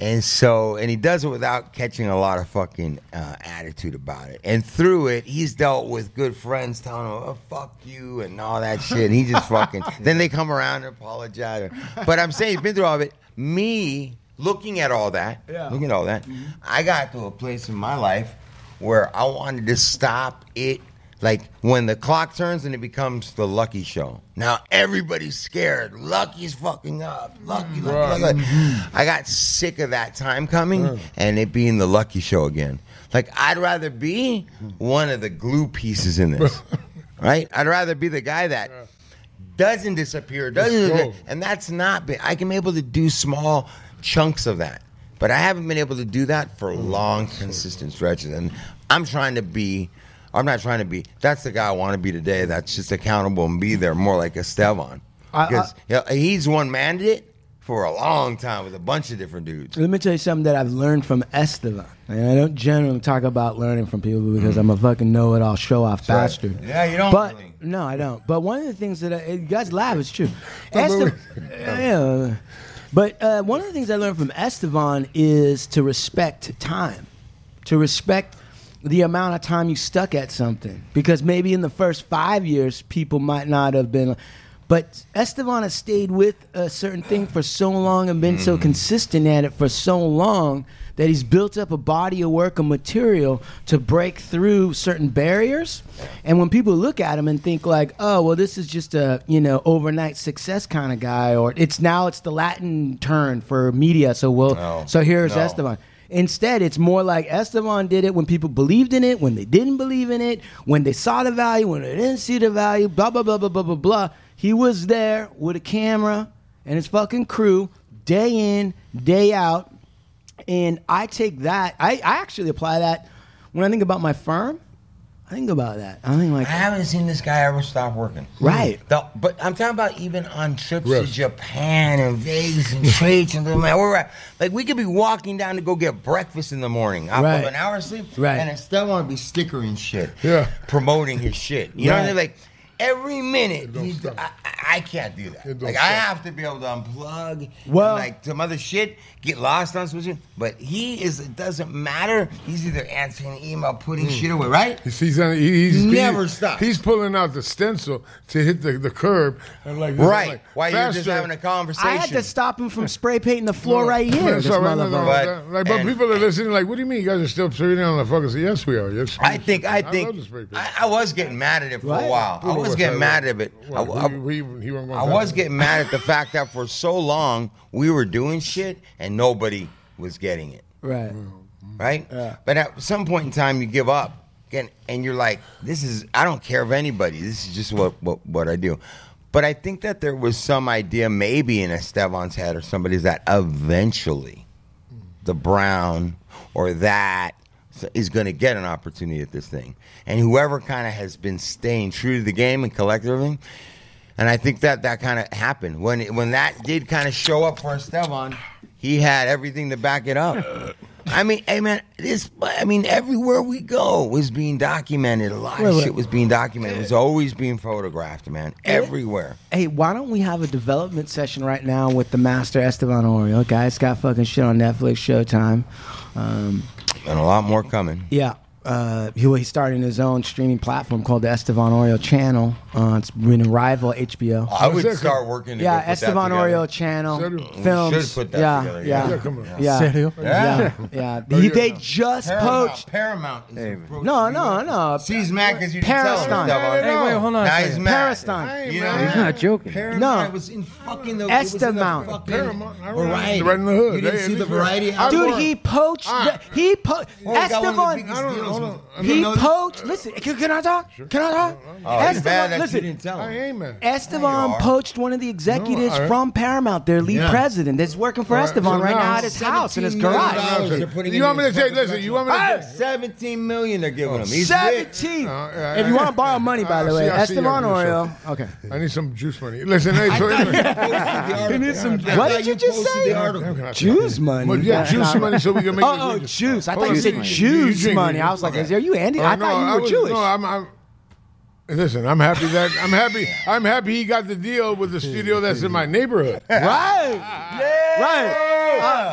And so, and he does it without catching a lot of fucking uh, attitude about it. And through it, he's dealt with good friends telling him, oh, fuck you, and all that shit. And he just fucking, then they come around and apologize. But I'm saying, he's been through all of it. Me, looking at all that, looking at all that, I got to a place in my life where I wanted to stop it. Like when the clock turns and it becomes the lucky show. Now everybody's scared. Lucky's fucking up. Lucky, lucky, lucky. I got sick of that time coming and it being the lucky show again. Like I'd rather be one of the glue pieces in this. right? I'd rather be the guy that doesn't disappear, doesn't, go. and that's not been. I can be able to do small chunks of that, but I haven't been able to do that Oh, for long, consistent stretches. And I'm trying to be. I'm not trying to be. That's the guy I want to be today. That's just accountable and be there more like Esteban. I- Because you know, he's one man did it for a long time with a bunch of different dudes. Let me tell you something that I've learned from Estevan. And I don't generally talk about learning from people because I'm a fucking know-it-all, show-off right. bastard. Yeah, you don't But really. no, I don't. But one of the things that I, you guys laugh is true. But we- Estevan, yeah. But uh, one of the things I learned from Estevan is to respect time, to respect the amount of time you stuck at something. Because maybe in the first five years, people might not have been. But Estevan has stayed with a certain thing for so long and been Mm. so consistent at it for so long that he's built up a body of work and material to break through certain barriers. And when people look at him and think like, "Oh, well, this is just a you know overnight success kind of guy," or it's now it's the Latin turn for media, so well, No. so here's No. Esteban. Instead, it's more like Esteban did it when people believed in it, when they didn't believe in it, when they saw the value, when they didn't see the value, blah, blah, blah, blah, blah, blah, blah. He was there with a camera and his fucking crew day in, day out. And I take that, I, I actually apply that when I think about my firm. I think about that. I think like, I haven't seen this guy ever stop working. Right. The- but I'm talking about even on trips Right. to Japan and Vegas and Traits and stuff like that. We're at, like we could be walking down to go get breakfast in the morning off Right. of an hour of sleep, Right. and I still want to be stickering shit. Yeah. Promoting his shit. You know what I mean? Right. Like every minute, don't he's, stop. I, I- I can't do that. It don't Like I stop. have to be able to unplug, and, Well- like some other shit, get lost on some shit. But he is. It doesn't matter. He's either answering email, Hmm. putting shit away, right? He's, he's, on- he- he's Never he's, stop. He's pulling out the stencil to hit the, the curb and like this, Right. Like, While you're just faster. having a conversation. I had to stop him from spray painting the floor No, right here. that's This all right, no, no, motherfucker. But- no, no. Like, but and- people are listening. Like, what do you mean you guys are still sitting on the fucking? seat? Yes, we are. Yes. I think I love think the spray paint. I, I was getting mad at it for a Right. while. I was getting mad at it. I, Well, I- he- he- he wasn't gonna I say was that. getting mad at the fact that for so long we were doing shit and nobody was getting it, Right. right? But at some point in time, you give up, and, and you're like, "This is I don't care of anybody. This is just what what, what I do." But I think that there was some idea, maybe in Esteban's head or somebody's, that eventually the brown or that so- is going to get an opportunity at this thing. And whoever kind of has been staying true to the game and collect everything. And I think that that kind of happened when it, when that did kind of show up for Esteban. He had everything to back it up. I mean, hey man, this I mean, everywhere we go was being documented. A lot Wait, of wait. shit was being documented. It was always being photographed, man. Everywhere. Hey, why don't we have a development session right now with the master Esteban Oreo? Guys got fucking shit on Netflix, Showtime. Um, And a lot more coming. yeah. Uh, he, he's starting his own streaming platform called the Esteban Oreo Channel. Uh, it's been a rival HBO. I would Second. start working to yeah, go Oh, put that Esteban together. Oreo Channel. Should- we Films. should put that yeah, together, Yeah. Yeah, come on. Yeah. Serio? Yeah. Yeah. Oh, yeah. No, He- you're they not. just Paramount. poached. Paramount is Hey, approaching No, you. no, no. She's mad because you didn't tell her Parastan. stuff. No, Hey, no, no. wait, hold on. a Now he's second. mad. Parastan. Hey, You know, man. He's not joking. Paramount No. was in fucking the Estamount. It was in the fucking Paramount. I remember. Variety. Right in the hood. You didn't Hey, see at the least- variety. I album? Dude, worked- he poached. Ah. The, he poached. Oh, we got one of the Esteban. biggest I don't deals know. with- I You He know this? poached. Listen, can, can I talk? Can I talk? Oh, he's mad that you listen. didn't tell I him. ain't man. Yeah, you Esteban are. poached one of the executives No, I- from Paramount, their lead Yeah. president, that's working for All right, Esteban so right now- now at his house in his $17 million garage. garage. they're putting You in want me to his tell you- fucking listen, you want me to- contract. Seventeen million they're Oh, giving him. He's rich. Seventeen. Uh, yeah, If I- you want to borrow money, by the I way, see- I see Esteban your Oreo. initial. Okay. I need some juice money. Listen, hey, so anyway. He needs some. What did you just say? Juice money. But yeah, That's juice not- money so we can make Oh, oh, religious. juice. I Hold thought you on. said You- you juice drink money. religious. I was like, Okay. is- are you Andy? Oh, I no, I thought you were was- Jewish. No, I'm. I'm Listen, I'm happy that I'm happy. I'm happy he got the deal with the studio that's in my neighborhood. Ah. Right. Right.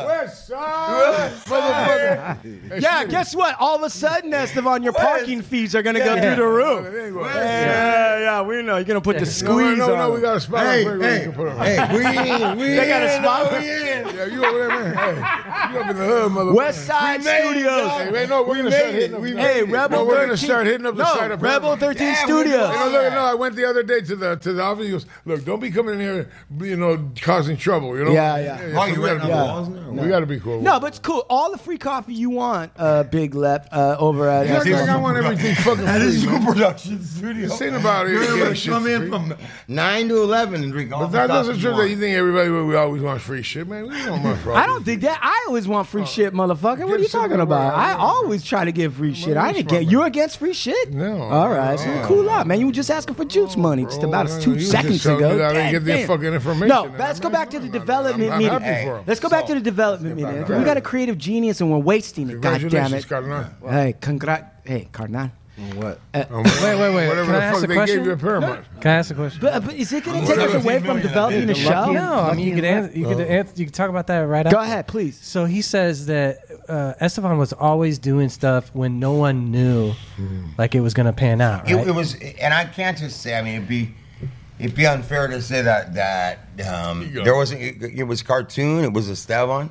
West Side, motherfucker. Hey, Yeah, shit. guess what? All of a sudden, Esteban, your parking fees are going to go through the It roof. ain't going- Yeah, yeah, we know. You're going to put the No, no, squeeze no, no, on we them. got a spot. Hey, Wait, wait, we hey, can put it on. hey, we in, we They got a in, spot? oh, we in. Yeah, you over there, man. Hey, you up in the hood, motherfucker. West Side Studios. Hey, wait, no, we're gonna made start it. hitting up. We made Hey, it. Rebel No, 13. we're gonna start hitting up the no, side of Rebel Paramount. 13 Yeah, we Studios. know. You know, look, no, I went the other day to the to the office. He goes, look, don't be coming in here, you know, causing trouble. You know. Yeah, yeah. Oh, you we gotta went on be- the walls now? We gotta be be cool. No, but it's cool. All the free coffee you want, uh, Big Lep, uh, over at. It's not like I want everything fucking That is free. your man. production studio. This ain't about it. You're Yeah, gonna shit's come in free. from nine to eleven Oh and drink all But the that coffee doesn't true that you think everybody we always want free shit, man. We don't want free. I don't think that. I always want free shit, motherfucker. What are you give some talking of about? that. I always try to get free shit. I didn't smart, get. man. You're against free shit? No. All right. So No. Oh, cool out, man. You were just asking for juice money just Bro, about no, two you just seconds telling me ago. that I didn't God get their damn. fucking information. No, and let's I'm go not- back to the I'm not- development I'm meeting. happy for 'em. Let's go back to the So, development let's get meeting. back We on got a track. creative genius and we're wasting it. God damn Congratulations, it. Cardinal. Hey, congrat. Hey, Cardinal. What? Wait, wait, wait. Whatever Can the I ask fuck a they question? gave you a Paramount. Can I ask a question? But, but is it going to take Whatever. us away 15 from million I developing a did. show? No, I mean you could answer, you could answer, you could talk about that right after. Oh. Go ahead, please. So he says that uh, Estefan was always doing stuff when no one knew, like it was going to pan out. It, Right? Hmm. it was, and I can't just say. I mean, it'd be it'd be unfair to say that that um, go. there wasn't. It, it was cartoon. It was Esteban,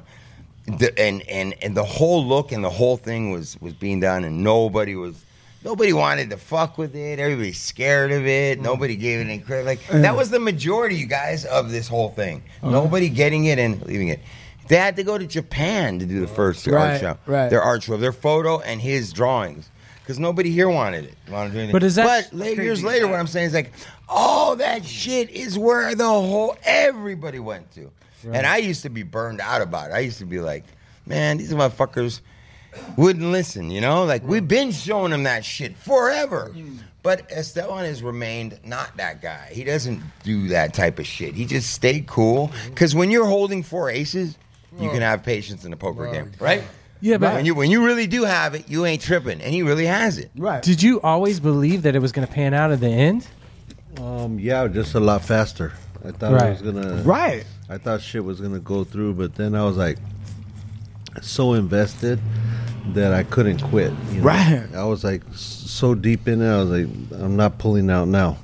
the, and and and the whole look and the whole thing was was being done, and nobody was. Nobody wanted to fuck with it. Everybody's scared of it. Nobody gave it any credit. Like that was the majority, you guys, of this whole thing. Uh-huh. Nobody getting it and leaving it. They had to go to Japan to do the first Right, art show. right. Their art show, their photo and his drawings, because nobody here wanted it. Wanted to do anything. But is that- But la- years later, what I'm saying is like, all that shit is where the whole everybody went to, and I used to be burned out about it. I used to be like, man, these motherfuckers wouldn't listen. You know, like we've been showing them that shit forever. Mm. But Esteban has remained not that guy. He doesn't do that type of shit. He just stayed cool. Mm-hmm. Because when you're holding four aces, you can have patience in a poker game, right? Yeah, but- when you when you really do have it, you ain't tripping, and he really has it. Right. Did you always believe that it was going to pan out at the end? Um, yeah, just a lot faster. I thought I Right. was gonna. Right. I thought shit was gonna go through, but then I was like, so invested that I couldn't quit. you know? Right. I was like s- so deep in it. I was like, I'm not pulling out now.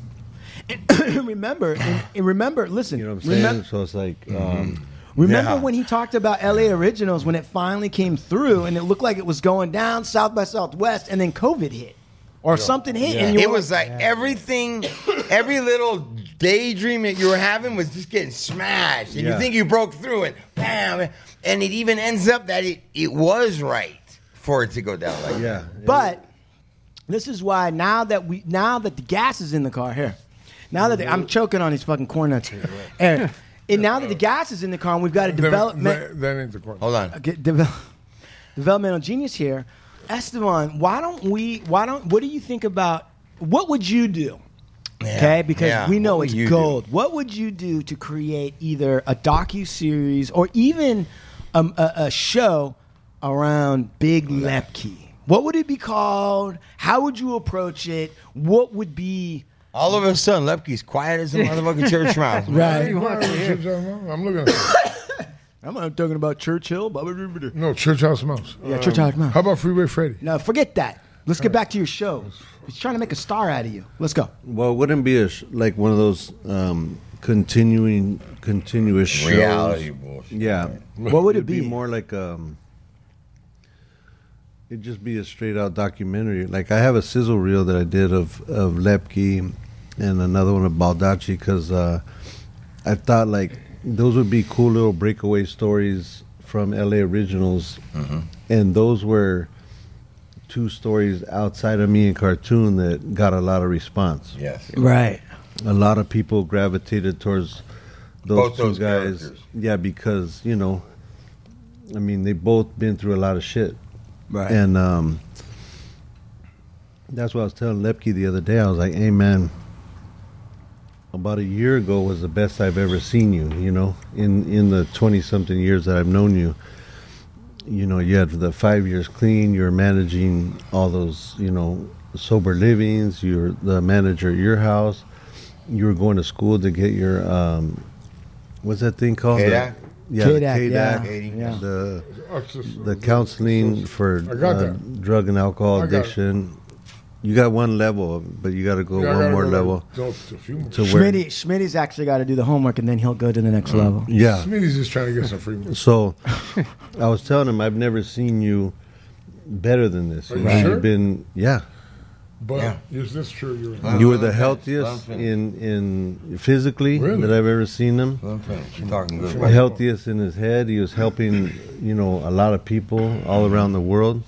remember, and, and remember, listen. You know what I'm saying? remem- so it's like, um, Remember Yeah. when he talked about LA Originals when it finally came through and it looked like it was going down south by southwest and then COVID hit or something hit and you It were was like everything, every little daydream that you were having was just getting smashed, and you Yeah. think you broke through, and bam, and it even ends up that it, it was right for it to go down Mm-hmm. like that. yeah. But this is why now that we now that the gas is in the car here, now that the, I'm choking on these fucking corn nuts, and, and now that the gas is in the car, and we've got a Then- development Then, then ain't the corner. Hold on, get develop, developmental genius here. Esteban, why don't we? Why don't? What do you think about? What would you do? Okay, because yeah. we know What would you it's do? gold. What would you do to create either a docu series or even um, a, a show around Big Lepke? What would it be called? How would you approach it? What would be all of a sudden, Lepke's quiet as a motherfucking church mouse. right? I'm looking at it. I'm not talking about Churchill. Blah, blah, blah, blah. No, Church House Mouse. Um, Yeah, Churchill Mouse. How about Freeway Freddy? No, forget that. Let's get back to your show. He's trying to make a star out of you. Let's go. Well, it wouldn't be a sh- like one of those um, continuing continuous shows. Reality bullshit. Yeah. What would it It'd be? more like um. It'd just be a straight out documentary. Like I have a sizzle reel that I did of of Lepke, and another one of Baldacci because uh, I thought like those would be cool little breakaway stories from LA originals, Mm-hmm. and those were two stories outside of me and cartoon that got a lot of response Yes. Right. a lot of people gravitated towards those Both two those guys. characters. Yeah, because you know, I mean, they both been through a lot of shit, Right. and um, that's what I was telling Lepke the other day. I was like, "Hey, man." About a year ago was the best I've ever seen you. You know, in in the twenty something years that I've known you, you know, you had the five years clean. You're managing all those, you know, sober livings. You're the manager at your house. You were going to school to get your, um, what's that thing called? The- KDAC? Yeah, the KDAC, yeah, KDAC, yeah. The Oh, the The counseling for I got uh, that. drug and alcohol I got it. addiction. You got one level, but you got to go one more level No, it's a few more. to where. Schmitty, Schmitty's actually got to do the homework and then he'll go to the next level. Yeah. Smitty's just trying to get some free money. So I was telling him I've never seen you better than this. Are You you know, sure? You've been yeah. But is this true? You're You were the healthiest in in physically Really? that I've ever seen him. You're talking good. The healthiest in his head. He was helping, you know, a lot of people all around the world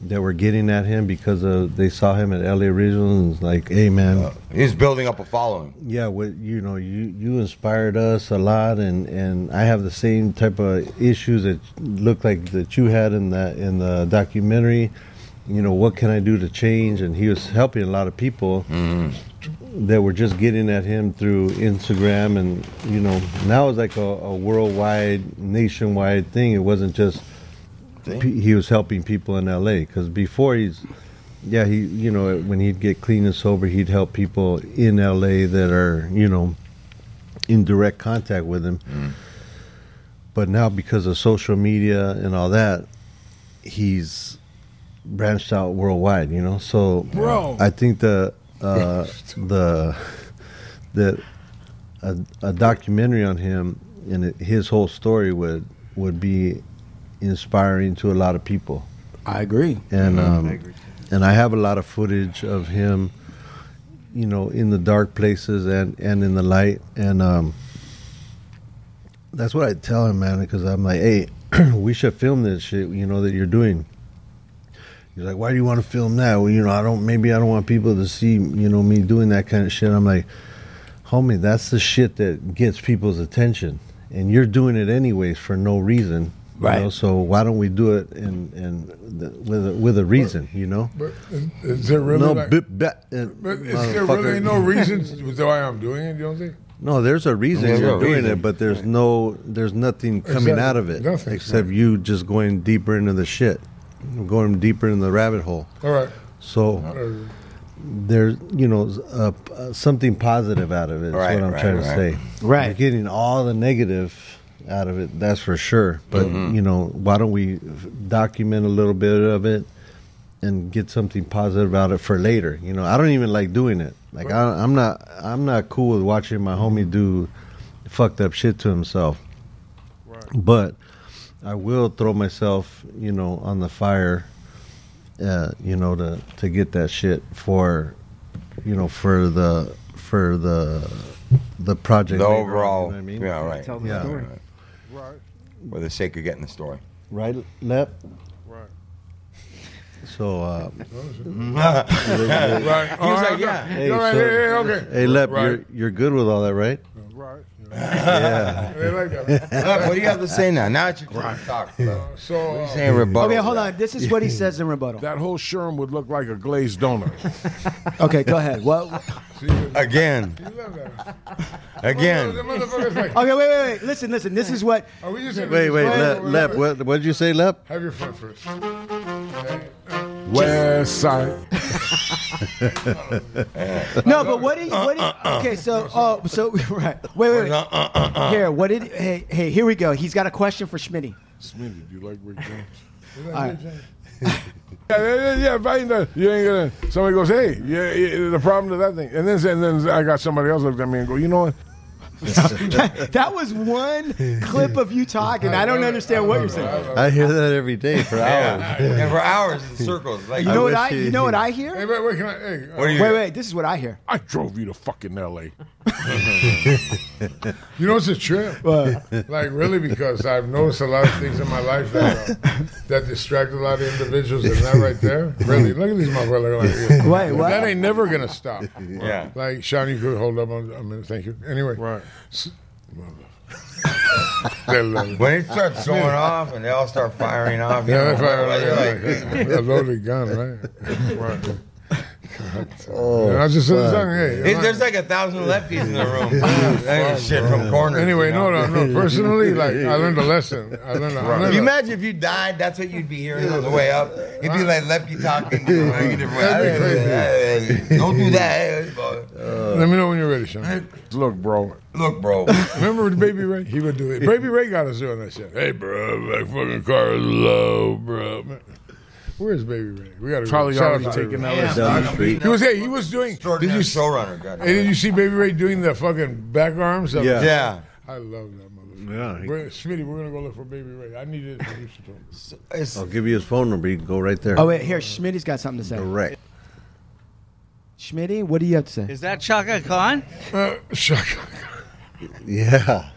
that were getting at him because of they saw him at LA Regional and was like, "Hey, man, He's building up a following. yeah, what you know, you you inspired us a lot, and and I have the same type of issues that look like that you had in the in the documentary. You know, what can I do to change? And he was helping a lot of people that were just getting at him through Instagram, and you know, now it's like a, a worldwide, nationwide thing. It wasn't just pe- he was helping people in L.A. Because before he's, yeah, he you know when he'd get clean and sober, he'd help people in L.A. that are you know in direct contact with him. But now because of social media and all that, he's branched out worldwide. You know, so Bro. I think the uh, the the a, a documentary on him and it, his whole story would would be inspiring to a lot of people. I agree. And Mhm. um, I agree, and I have a lot of footage of him, you know, in the dark places and and in the light. And um, that's what I tell him, man, because I'm like, hey, we should film this shit, you know, that you're doing. He's like, why do you want to film that? Well, you know, I don't. Maybe I don't want people to see, you know, me doing that kind of shit. I'm like, homie, that's the shit that gets people's attention, and you're doing it anyways for no reason, you Right. know, so why don't we do it and and th- with a, with a reason, you know? But is, is there really no? like- bi- ba- uh, But is there really motherfucker. no reason why I'm doing it? You don't think? No, there's a reason There's you're a doing reason. it, but there's no, there's nothing coming Exactly. out of it Nothing. except you just going deeper into the shit, going deeper in the rabbit hole. All right. So there's, you know, uh, uh, something positive out of it. Is Right, what I'm right, trying to right. say. Right. You're getting all the negative out of it. That's for sure. But Mhm. you know, why don't we f- document a little bit of it? And get something positive out of it for later. You know, I don't even like doing it. Like I, I'm not, I'm not cool with watching my homie do fucked up shit to himself. But I will throw myself, you know, on the fire, uh, you know, to to get that shit for, you know, for the for the the project. The later on, overall. you know what I mean? Yeah, right. Tell the yeah. story. For the sake of getting the story. Right, left. Right. So. Uh, Right. He was like, yeah. Hey, All right, so- yeah, yeah, okay. Hey, Lep, Right. you're you're good with all that, right? Right. Yeah. They like that. Look, what do you have to say now? Now it's your turn to talk. bro. So What are you uh, saying, rebuttal? Okay, hold on. This is what he says in rebuttal. That whole sherm would look like a glazed donut. Okay, go ahead. Well, Again. Again. okay, wait, Oh, wait, wait. Listen, listen. This is what. Are we just Wait, wait, Lep, Lep what what did you say, Lep? Have your fun first. West side. No, but what did what did okay? So oh, so right. Wait, wait, wait. Here, what did hey hey? Here we go. He's got a question for Schmitty. Smitty, do you like Rick James? All right. Yeah, yeah, yeah, yeah. If I ain't done, you ain't gonna. Somebody goes, "Hey, yeah, yeah, the problem to that thing," and then and then I got somebody else looked at me and go, "You know what? that was one clip of you talking. I don't understand what you're saying. I hear that every day for hours. And for hours in circles. Like, You know what wish I? he- You know what I hear? Hey, wait, wait, can I, hey, uh, What do you- Wait, wait. This is what I hear. I drove you to fucking L.A." You know, it's a trip. like, really, because I've noticed a lot of things in my life that, uh, that distract a lot of individuals, and that right there, really, look at these motherfuckers. Like, Wait, what? That ain't never going to stop. Yeah. Like, Sean, you could hold up on a minute. Thank you. Anyway. Right. S- They love it. When it starts going off and they all start firing off, you Yeah, know, that's right. you're like, right, right. A loaded gun, right? right. Oh, I just said something. Hey, Hey, there's like a thousand lefties in the room. That ain't shit from corners. Anyway, you no, know? no, no. Personally, like I learned a lesson. I learned. A, I learned You a- imagine if you died, that's what you'd be hearing on the way up. You'd Uh-huh. be like Lefty talking. You know, like, different way. Don't do that. Let me know when you're ready, Sean. Look, bro, Look, bro. Remember Baby Ray? He would do it. Baby Ray got us doing that shit. Hey, bro, my fucking car is low, bro. Where's Baby Ray? We got to Charlie already taking that. that. Yeah, down the fuck, street. I'm He was. being Hey, he was doing. a Did you see? showrunner. God Hey, did you see Baby Ray doing the fucking back arms? Up? Yeah. Yeah. I love that motherfucker. Yeah, he- We're, Smitty, we're gonna go look for Baby Ray. I need to introduce you to him. It's, Oh, I'll give you his phone number. You can go right there. Oh wait, here Schmitty's got something to say. Correct. Schmitty, what do you have to say? Is that Chaka Khan? Chaka. Yeah.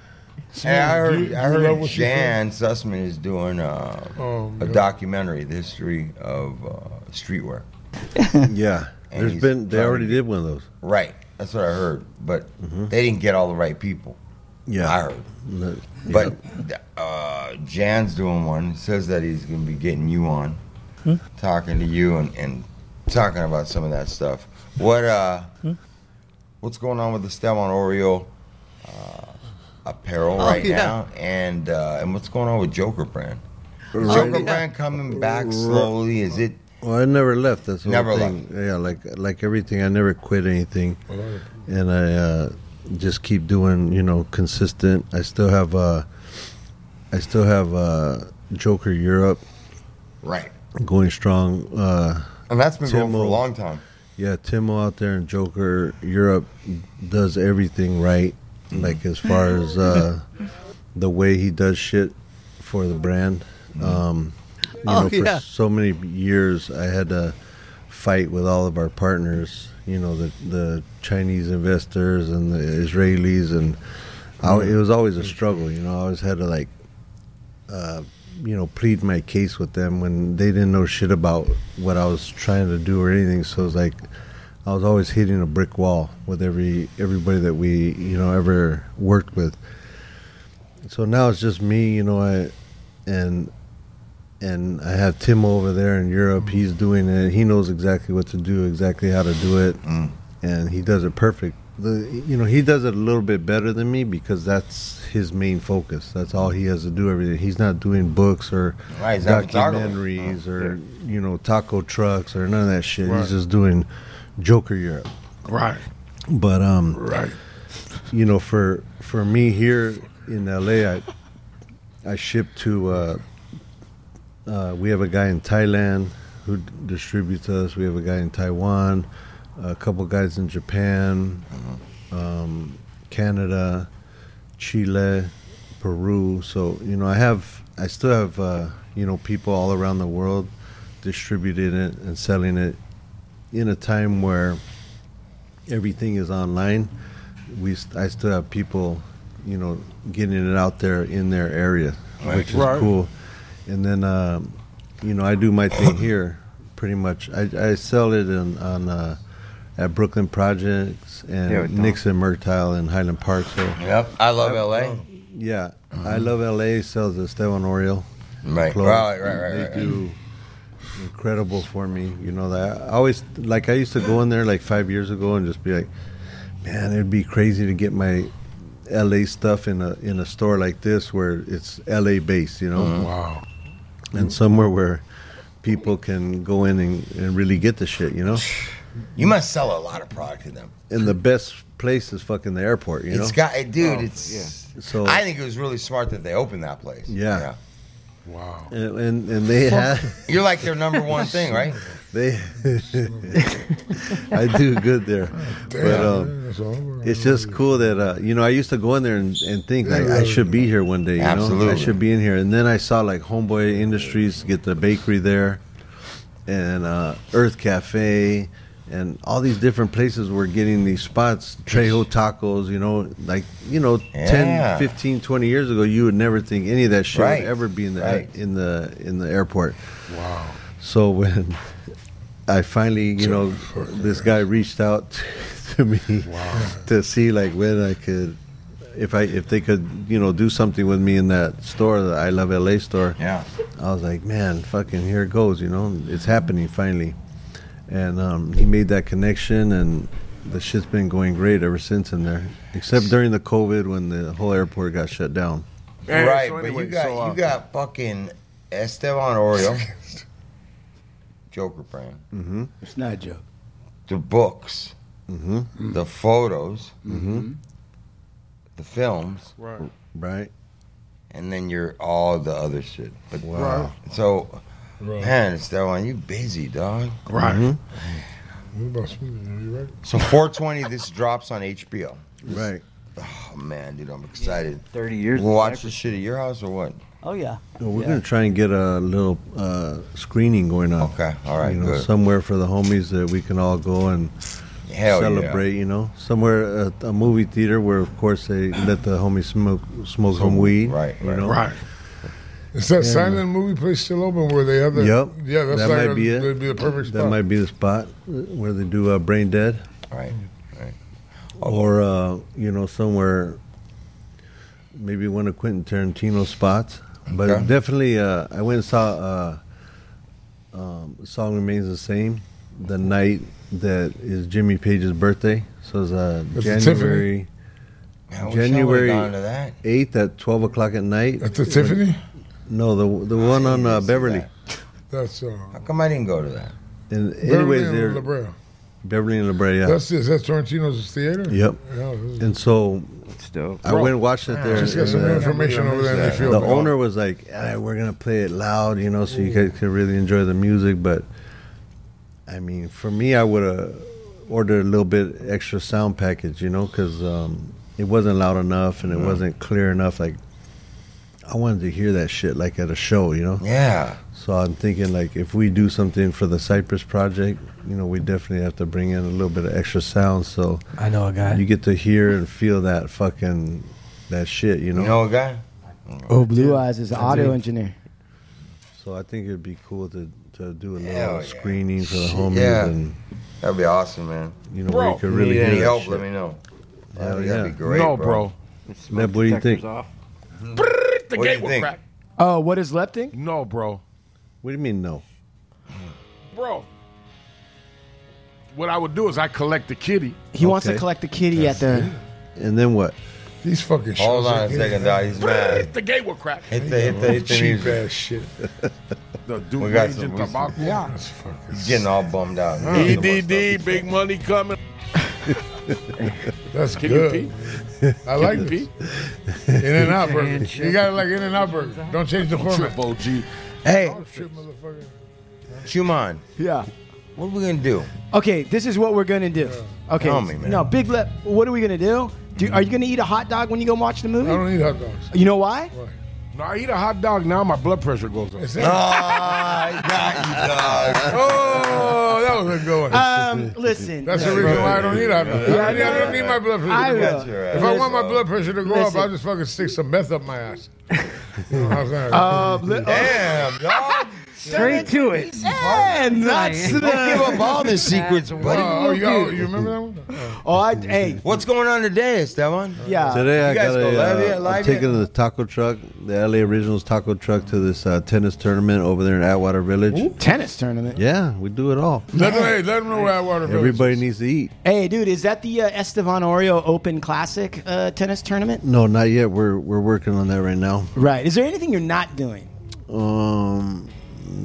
Hey, I Do heard, you- do I you love heard what you Jan Sussman is doing uh, Oh, a God. documentary, the history of uh, streetwear. yeah, And there's he's been they trying already to- did one of those. Right. That's what I heard. But they didn't get all the right people. Mm-hmm. Yeah. I heard. No, But uh, Jan's doing one. Says that he's going to be getting you on, Hmm. talking to you and, and talking about some of that stuff. What uh, Hmm. what's going on with the stem on Oreo uh, apparel Oh, right yeah. now, and uh, and what's going on with Joker Brand? Right. Joker Yeah. Brand coming back Right. slowly. Is it? Well, I never left. That's the whole Never thing. Yeah, like like everything, I never quit anything, and I uh, just keep doing. You know, consistent. I still have. Uh, I still have uh, Joker Europe. Right. Going strong. Uh, And that's been going for a Timo- long time. Yeah, Timo out there in Joker Europe does everything right. Mm. Like as far as uh, the way he does shit for the brand. Um, you Mm. Oh, know, for yeah. so many years, I had to fight with all of our partners. You know, the the Chinese investors and the Israelis, and I, Mm. it was always a struggle. You know, I always had to like, uh, you know, plead my case with them when they didn't know shit about what I was trying to do or anything. So it's like. I was always hitting a brick wall with every everybody that we you know ever worked with so now it's just me, you know, I and and I have Tim over there in Europe. Mm. He's doing it. He knows exactly what to do, exactly how to do it, Mm. and he does it perfect. The, you know, he does it a little bit better than me because that's his main focus. That's all he has to do. Everything he's not doing books or Right, he's not photographer. documentaries or you know taco trucks or none of that shit. Right. He's just doing Joker Europe. Right. But um, right. You know, for for me here in LA, I I ship to. Uh, uh, we have a guy in Thailand who d- distributes us. We have a guy in Taiwan, a couple guys in Japan, um, Canada, Chile, Peru. So you know, I have I still have uh, you know people all around the world distributing it and selling it in a time where everything is online, we st- I still have people, you know, getting it out there in their area, Right. which is Right. cool. And then, um, you know, I do my thing here, pretty much. I, I sell it in, on uh, at Brooklyn Projects There we and go. Nixon Mertile in Highland Park. So Yep. I love L.A. yeah, I love LA sells the Esteban Oriole. Right. clothes. Right, right, right, They right, do incredible for me. You know that I always like I used to go in there like five years ago and just be like, man, it'd be crazy to get my LA stuff in a in a store like this where it's LA based. You know, Mm-hmm. Mhm. Wow. and somewhere where people can go in and, and really get the shit. You know, You must sell a lot of product to them. and the best place is fucking the airport. You know, Oh, It's got, dude. it's. So- I think it was really smart that they opened that place. Yeah. Wow. And and, and they had You're like their number one thing, right? They, I do good there, but Damn. um, it's just cool that uh, you know I used to go in there and, and think like I should be here one day. You know, I Absolutely. should be in here. And then I saw like Homeboy Industries get the bakery there, and uh, Earth Cafe, and all these different places were getting these spots. Trejo Tacos, you know, like you know, Yeah. 10, 15, 20 years ago, you would never think any of that shit Right. would ever be in the Right. in the in the airport. Wow. So when I finally, you know, this guy reached out to me to see like when I could, if I if they could, you know, do something with me in that store, the I Love LA store. Yeah. I was like, man, fucking here it goes, you know, it's happening finally. And um, he made that connection, and the shit's been going great ever since in there, except during the COVID when the whole airport got shut down. Hey, right, so but anyway, you got so, uh, you got fucking Esteban Oreo, Joker brand. Mm-hmm. It's not a joke. The books, mm-hmm. the photos, mm-hmm. the films, Right. right, and then you're all the other shit. But Wow. so Right. man, Esteban, you busy dog? Right. Mm-hmm. What about Smith? You right? So 420, this drops on HBO. Right. Oh man, dude, I'm excited. 30 years We'll of watch diapers. this shit at your house or what? Oh yeah. No, we're Yeah. gonna try and get a little uh, screening going on. Okay, all right, You know, good. somewhere for the homies that we can all go and Hell yeah. celebrate, you know, somewhere at a movie theater where, of course, they let the homies smoke smoke some weed, right? You know? right. Is that Yeah, silent movie place still open where they have the Yep. Yeah, that's that like might a- be it. that'd be the perfect That spot. might be the spot where they do uh, Brain Dead. Right. Right. Or uh, you know somewhere, maybe one of Quentin Tarantino's spots. But Okay. definitely, uh, I went and saw uh, um, "Song Remains the Same" the night that is Jimmy Page's birthday. So it's uh, It's a January. Man, I wish I would've gone to January that. eighth at twelve o'clock at night. At the Tiffany? Ah, No, the the one on uh, Beverly. That's uh, How come I didn't go to that? And Beverly anyways, and they're La Brea. Beverly and La Brea. Yeah. That's this. That's Tarantino's theater. Yep. Yeah, this is- And so I Bro, went and watched it there. Just got and, some uh, information over there in the field. The owner was like, "Ah, "We're gonna play it loud, you know, so you guys could really enjoy the music." But I mean, for me, I would have ordered a little bit extra sound package, you know, because um, it wasn't loud enough and it Mm. wasn't clear enough. Like, I wanted to hear that shit like at a show, you know. Yeah. So I'm thinking like, if we do something for the Cypress Project, you know, we definitely have to bring in a little bit of extra sound. So I know a guy. you get to hear and feel that fucking that shit, you know. You know a guy? Oh, Blue Eyes is an That's audio it. engineer. So I think it'd be cool to, to do a little Hell yeah. screening for the Shit, homies yeah. and That'd be awesome, man. you know where you could really need hear any that help? shit. Let me know. Hell That'd yeah. be great, No, bro. bro. Leb, what do you think? The what do you think? Oh, what is lepting? No, bro. What do you mean no? Bro. What I would do is I collect the kitty. He wants to collect the kitty at the. And then what? These fucking Hold on a second, dog. He's mad. The gate will crack. Hit the, hit the, hit the Cheap music. ass shit. The Duke We got Range some and reason. tobacco. Yeah. He's getting all bummed out. EDD, big money coming. That's Can you good. pee? I like Can you this. pee? In and out burger. Handshake. You got it like In and Out burger. Don't change the Don't format. trip, OG. Hey, Shit, motherfucker. Shuman. Yeah. What are we gonna do? Okay, this is what we're gonna do. Okay. Tell me, man. No, big lip. What are we gonna do? do? Are you gonna eat a hot dog when you go watch the movie? I don't eat hot dogs. You know why? No, I eat a hot dog now. My blood pressure goes up. Oh, that was a good one. Um, listen. That's the reason why I don't eat hot dogs. Yeah, I, yeah, don't need my blood pressure. I to go will. up. If I want my blood pressure to go Listen. up, I'll just fucking stick some meth up my ass. Oh, Uh, li- Damn, dog. Straight to it. And that's Don't give up all the the secrets, buddy. Oh, you, oh, you remember that one? Oh, I, hey, What's going on today, Esteban? yeah. Today I you guys got go a, live yet? uh, Live I'm taking the taco truck, the LA Originals taco truck to this uh, tennis tournament over there in Atwater Village. Tennis tournament. Yeah, we do it all. Let them, hey, let them know where I water Everybody needs to eat. Hey, dude, is that the uh, Estevan Oreo Open Classic uh, tennis tournament? No, not yet. We're we're working on that right now. Right. Is there anything you're not doing? Um,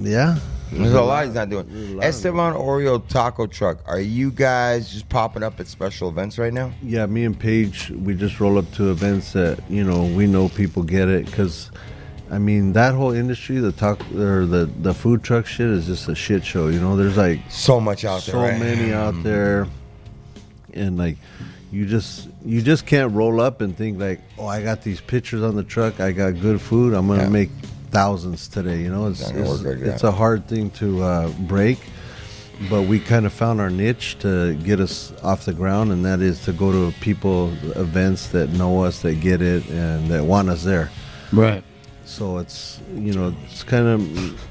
yeah. There's a lot he's not doing. Esteban Oreo Taco Truck. Are you guys just popping up at special events right now? Yeah, me and Paige, we just roll up to events that you know we know people get it because, I mean, that whole industry, the talk or the the food truck shit is just a shit show. You know, there's like So much out there. so right? many out there, and like you just you just can't roll up and think like, oh, I got these pictures on the truck, I got good food, I'm gonna Yeah. make thousands today. You know, it's Not gonna it's, work like it's that. a hard thing to uh, break, but we kind of found our niche to get us off the ground, and that is to go to people events that know us, that get it, and that want us there. Right. So it's you know it's kind of.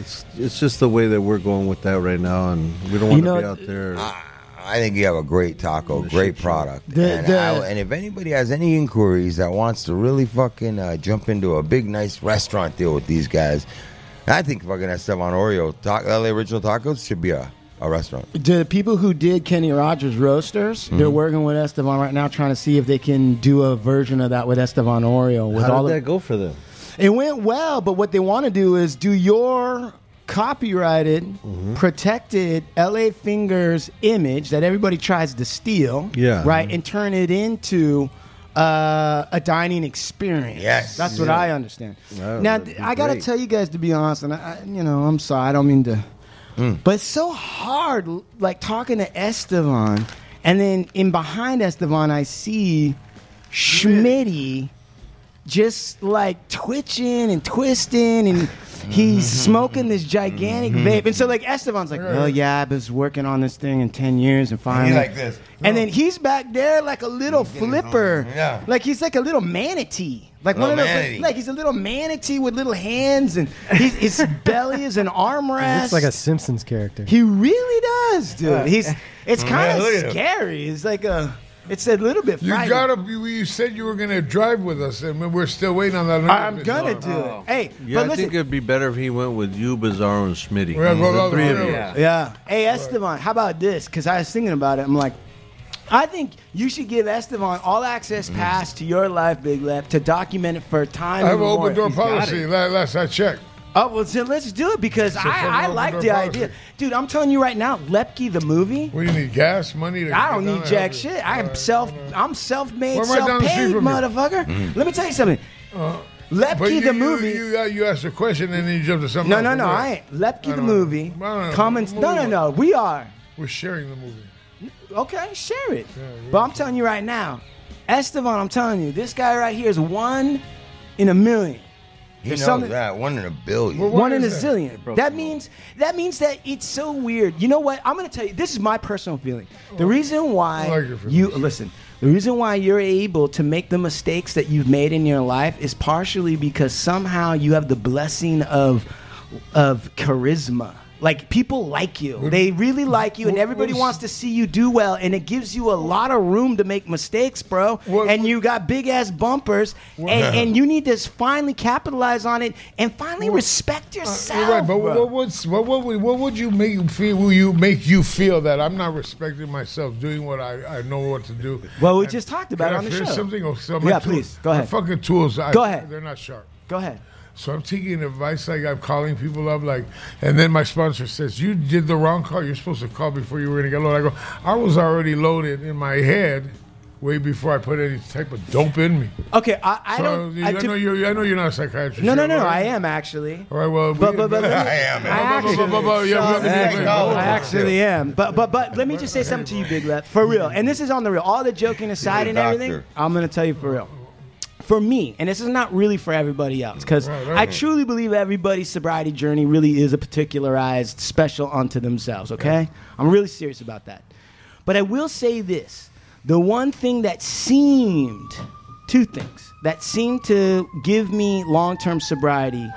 It's, it's just the way that we're going with that right now, and we don't want You to know, be out there. I think you have a great taco, great product. The- and, the- I- and if anybody has any inquiries that wants to really fucking uh, jump into a big, nice restaurant deal with these guys, I think fucking Esteban Oreo, ta- LA Original Tacos, should be a, a restaurant. The people who did Kenny Rogers roasters, Mm-hmm. they're working with Estevan right now, trying to see if they can do a version of that with Estevan Oreo. With How all did of, that go for them? it went well, but what they want to do is do your copyrighted, Mm-hmm. protected LA Fingers image that everybody tries to steal, Yeah. Mm-hmm. right, and turn it into. Uh, a dining experience. Yes. that's what I understand. Wow, now that'd be I gotta great. tell you guys to be honest, and I, I- you know I'm sorry, I don't mean to, Mm. but it's so hard. l- Like talking to Estevan, and then in behind Estevan, I see Schmitty just like twitching and twisting and He's smoking this gigantic vape. And so, like, Esteban's like, oh, yeah, I was working on this thing in 10 years and finally. like this. And then he's back there like a little flipper. Yeah. Like, he's like a little manatee. Like Little one of manatee. those, like he's a little manatee with little hands, and he, his belly is an armrest. It's like a Simpsons character. He really does, dude. Yeah. He's it's Yeah, kind look at of him. scary. It's like a it's a little bit. You frightening. gotta. You, you said you were gonna drive with us, and we're still waiting on that. I'm gonna do it. Hey, Yeah, but I listen, think it'd be better if he went with you, Bizarro, and Schmitty. We're gonna go the the other three of way. you. Yeah. Yeah. Hey, Esteban, how about this? Because I was thinking about it. I'm like, I think you should give Esteban all access pass to your life, Big Left, to document it for I time. have an open immemorial. door policy. la- Last I checked. Oh well, then let's do it because So from I, I open like door the policy. idea, dude. I'm telling you right now, Lepke the movie. What do you need? Gas money? To I don't get need down jack there? shit. I am self. I'm self-made, We're right down the street self-paid, from you. motherfucker. Mhm. Let me tell you something. Uh, Lepke but you- the you- movie- You, uh, you asked a question and then you jumped to something. No, else. no, no. Go I ahead. ain't. Lepke the don't- movie. No, no, no. Comments. No, no, Move no. We are. We're sharing the movie. Okay, share it. But I'm telling you right now, Estevan. I'm telling you, this guy right here is one in a million. He There's knows something- that. One in a billion. one in a zillion. That means that means that it's so weird. You know what? I'm going to tell you. This is my personal feeling. The reason why you listen. The reason why you're able to make the mistakes that you've made in your life is partially because somehow you have the blessing of of charisma. Like people like Mm-hmm. you. They really like you and everybody wants to see you do well and it gives you a lot of room to make mistakes, bro. and you got big ass bumpers and, and you need to finally capitalize on it and finally respect yourself. You're uh, right, but bro. what would what what would what would you make you feel? Will you make you feel that I'm not respecting myself, doing what I, I know what to do? Well, we And just talked about it can I on the finish show. Something or something? Yeah, please, go ahead. My fucking tools. I, Go ahead. They're not sharp. Go ahead. So I'm taking advice like I'm calling people up, like, and then my sponsor says, "You did the wrong call. You're supposed to call before you were gonna get loaded." I go, "I was already loaded in my head, way before I put any type of dope in me." Okay, I, I So, don't. you- I I, do- know you're. I know you're not a psychiatrist. no, no, you're no. right? I am actually. All right. Well, But but but let me- I am. I actually, But- but- but- yeah, we have to do it. I actually am. But but but let me just say something to you, Big Left, for real. And this is on the real. All the joking aside and everything, doctor. I'm gonna tell you for real. For me, and this is not really for everybody else, because Right, right. I truly believe everybody's sobriety journey really is a particularized special unto themselves. Okay, I'm really serious about that. But I will say this: the one thing that seemed, two things that seemed to give me long-term sobriety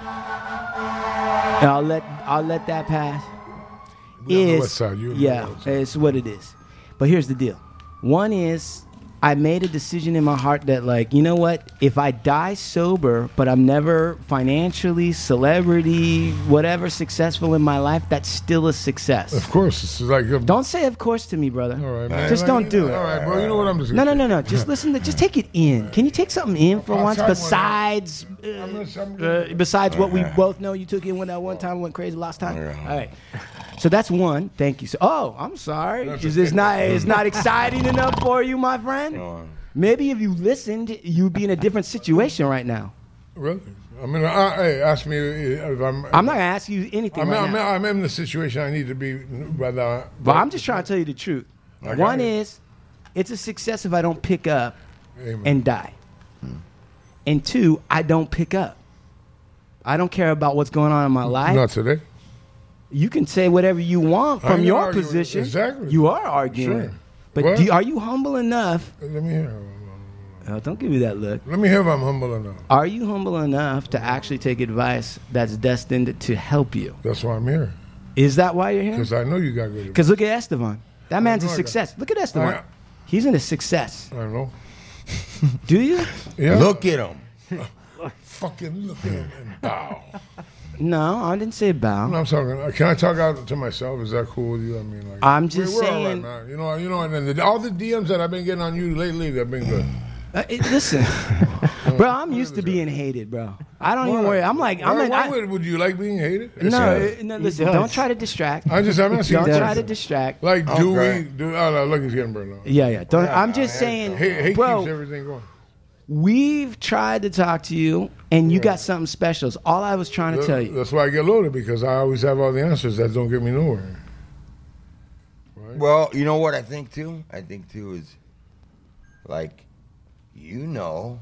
and I'll let I'll let that pass. on the Is- west side, you're on the yeah, it's what it is. But here's the deal. One is I made a decision in my heart that like, you know what? If I die sober, but I'm never financially, celebrity, whatever successful in my life, that's still a success. Of course, it's like don't say of course to me, brother. All right, man. Just Like, don't do it. all right, bro, you know what I'm just No, gonna no, no, no. Just listen to. Just take it in. Can you take something in for I'll once? try one. Besides, uh, uh, besides what we both know, you took in when that one time went crazy last time. All right. So that's one. Thank you. So, oh, I'm sorry. Is this not? It's not exciting enough for you, my friend. Maybe if you listened, you'd be in a different situation right now. Really? I mean, I, hey, ask me if I'm. I'm not gonna ask you anything I'm, right I'm, now. I'm in the situation I need to be, whether. I- But I'm just trying to tell you the truth. I got One it. is, it's a success if I don't pick up Amen. Hmm. and die. And two, I don't pick up. I don't care about what's going on in my life. Not today. You can say whatever you want I from ain't your arguing. position. Exactly. You are arguing. Sure. But What? do, are you humble enough? Let me hear. Oh, don't give me that look. Let me hear if I'm humble enough. Are you humble enough to actually take advice that's destined to help you? That's why I'm here. Is that why you're here? Because I know you got good. Because look at Estevan. That man's a know I got- success. Look at I Estevan. know. He's in a success. I know. Do you? Yeah. Look at him. Fucking look at him and bow. No, I didn't say bow. I'm talking. Can I talk out to myself? Is that cool with you? I mean, like, I'm just we're all saying- right, man. You know, you know, and then the, all the DMs that I've been getting on you lately, they've been good. Uh, it- listen, bro, I'm used to being hated, bro. I don't even Why? worry. I'm like, I'm Why- an, why I- would, would you like being hated? It's- no, it- no, listen, don't try to distract. I just, I'm asking. Don't you. try to distract. Like, Oh, do great. we? Do, oh no, look, he's getting burned out. Yeah, yeah. Don't. I'm just saying, He, he bro. keeps everything going. We've tried to talk to you, and you got something special. It's all I was trying to That- tell you. That's why I get loaded because I always have all the answers that don't get me nowhere. Well, you know what I think too? I think too is like you know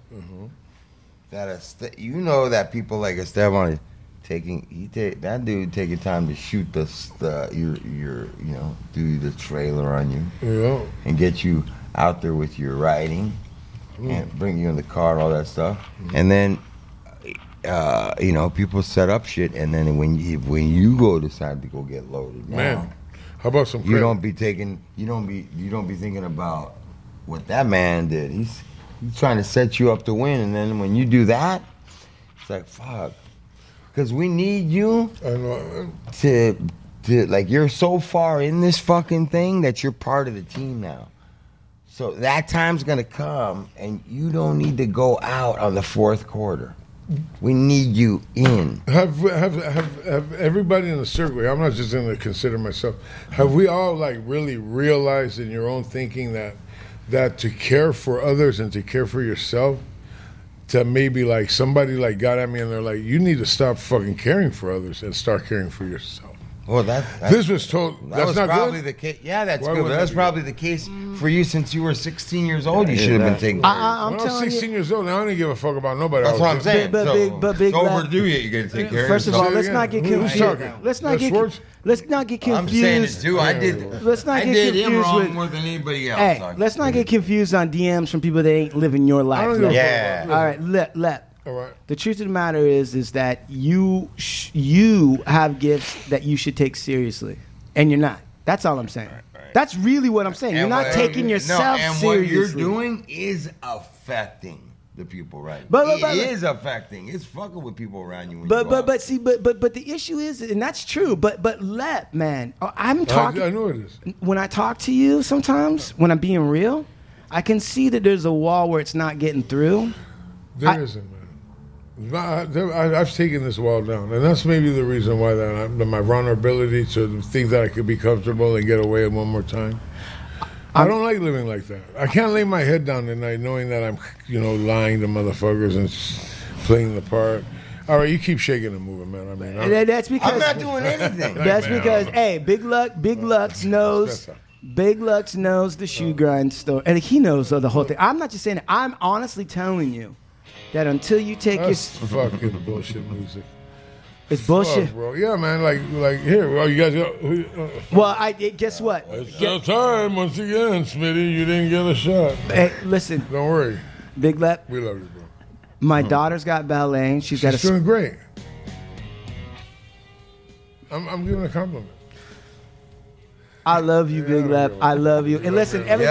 that a st- you know that people like Esteban taking he take that dude taking time to shoot the, s- the your your you know do the trailer on you Yeah. and get you out there with your writing and bring you in the car and all that stuff and then uh, you know people set up shit and then when you when you go decide to go get loaded Man, now, how about some you credit? don't be taking you don't be you don't be thinking about what that man did he's he's trying to set you up to win and then when you do that it's like fuck because we need you to, to like you're so far in this fucking thing that you're part of the team now. So that time's gonna come, and you don't need to go out on the fourth quarter. We need you in. Have, have have have everybody in the circle? I'm not just going to consider myself. Have we all like really realized in your own thinking that that to care for others and to care for yourself, to maybe like somebody like got at me and they're like, you need to stop fucking caring for others and start caring for yourself. Well, that, this was told. That that's was not probably good. the case. Yeah, that's Why good. would but that That's be probably the case for you since you were 16 years old. You Yeah, should have been that- taking. when I was 16 years old, I didn't give a fuck about nobody. That's I was what I'm just- saying. But So, big, but big. it's Mac- overdue yet. You got to take care First of of all, yourself. let's not get Who's confused. talking? Let's not That's get Schwartz? let's not get I'm saying it confused. too. I did. Let's not I get did him confused wrong with- more than anybody else. Hey, I- let's not get confused on DMs from people that ain't living your life. give a Lep. Yeah. fuck. All right, let let. All right. The truth of the matter is, is that you sh- you have gifts that you should take seriously, and you're not. That's all I'm saying. That's really what I'm saying. you're And not what- taking no, yourself and seriously. what you're doing is affecting the people right But- but- It but- is affecting it's fucking with people around you when But you but but see but but but the issue is, and that's true. But but let man, I- I'm talking. I, I know it is. when I talk to you, sometimes when I'm being real, I can see that there's a wall where it's not getting through. There not man. I, I, I've taken this wall down, and that's maybe the reason why that I, that my vulnerability to think that I could be comfortable and get away one more time. I don't like living like that. I can't lay my head down at night knowing that I'm, you know, lying to motherfuckers and s- playing the part. All right, you keep shaking and moving, man. I mean, And that- that's because Uh, I'm not doing anything. That's Man, because I'm- hey, Big Luck, Big Lux knows. Big Lux knows the shoe grind story, and he knows the whole thing. I'm not just saying it. I'm honestly telling you that until you take your That's fucking bullshit music. It's bullshit. Fuck, bro. Yeah, man. Like, like here. Well, you guys. Go, who, uh, well, I it- guess what? It's your time once again, Smitty. You didn't get a shot. Hey, listen. Don't worry. Big Lep. We love you, bro. My daughter's got ballet. and she's got a Hmm. She's doing great. I'm, I'm giving a compliment. I love you, Big Lep. I love you. And listen, everybody,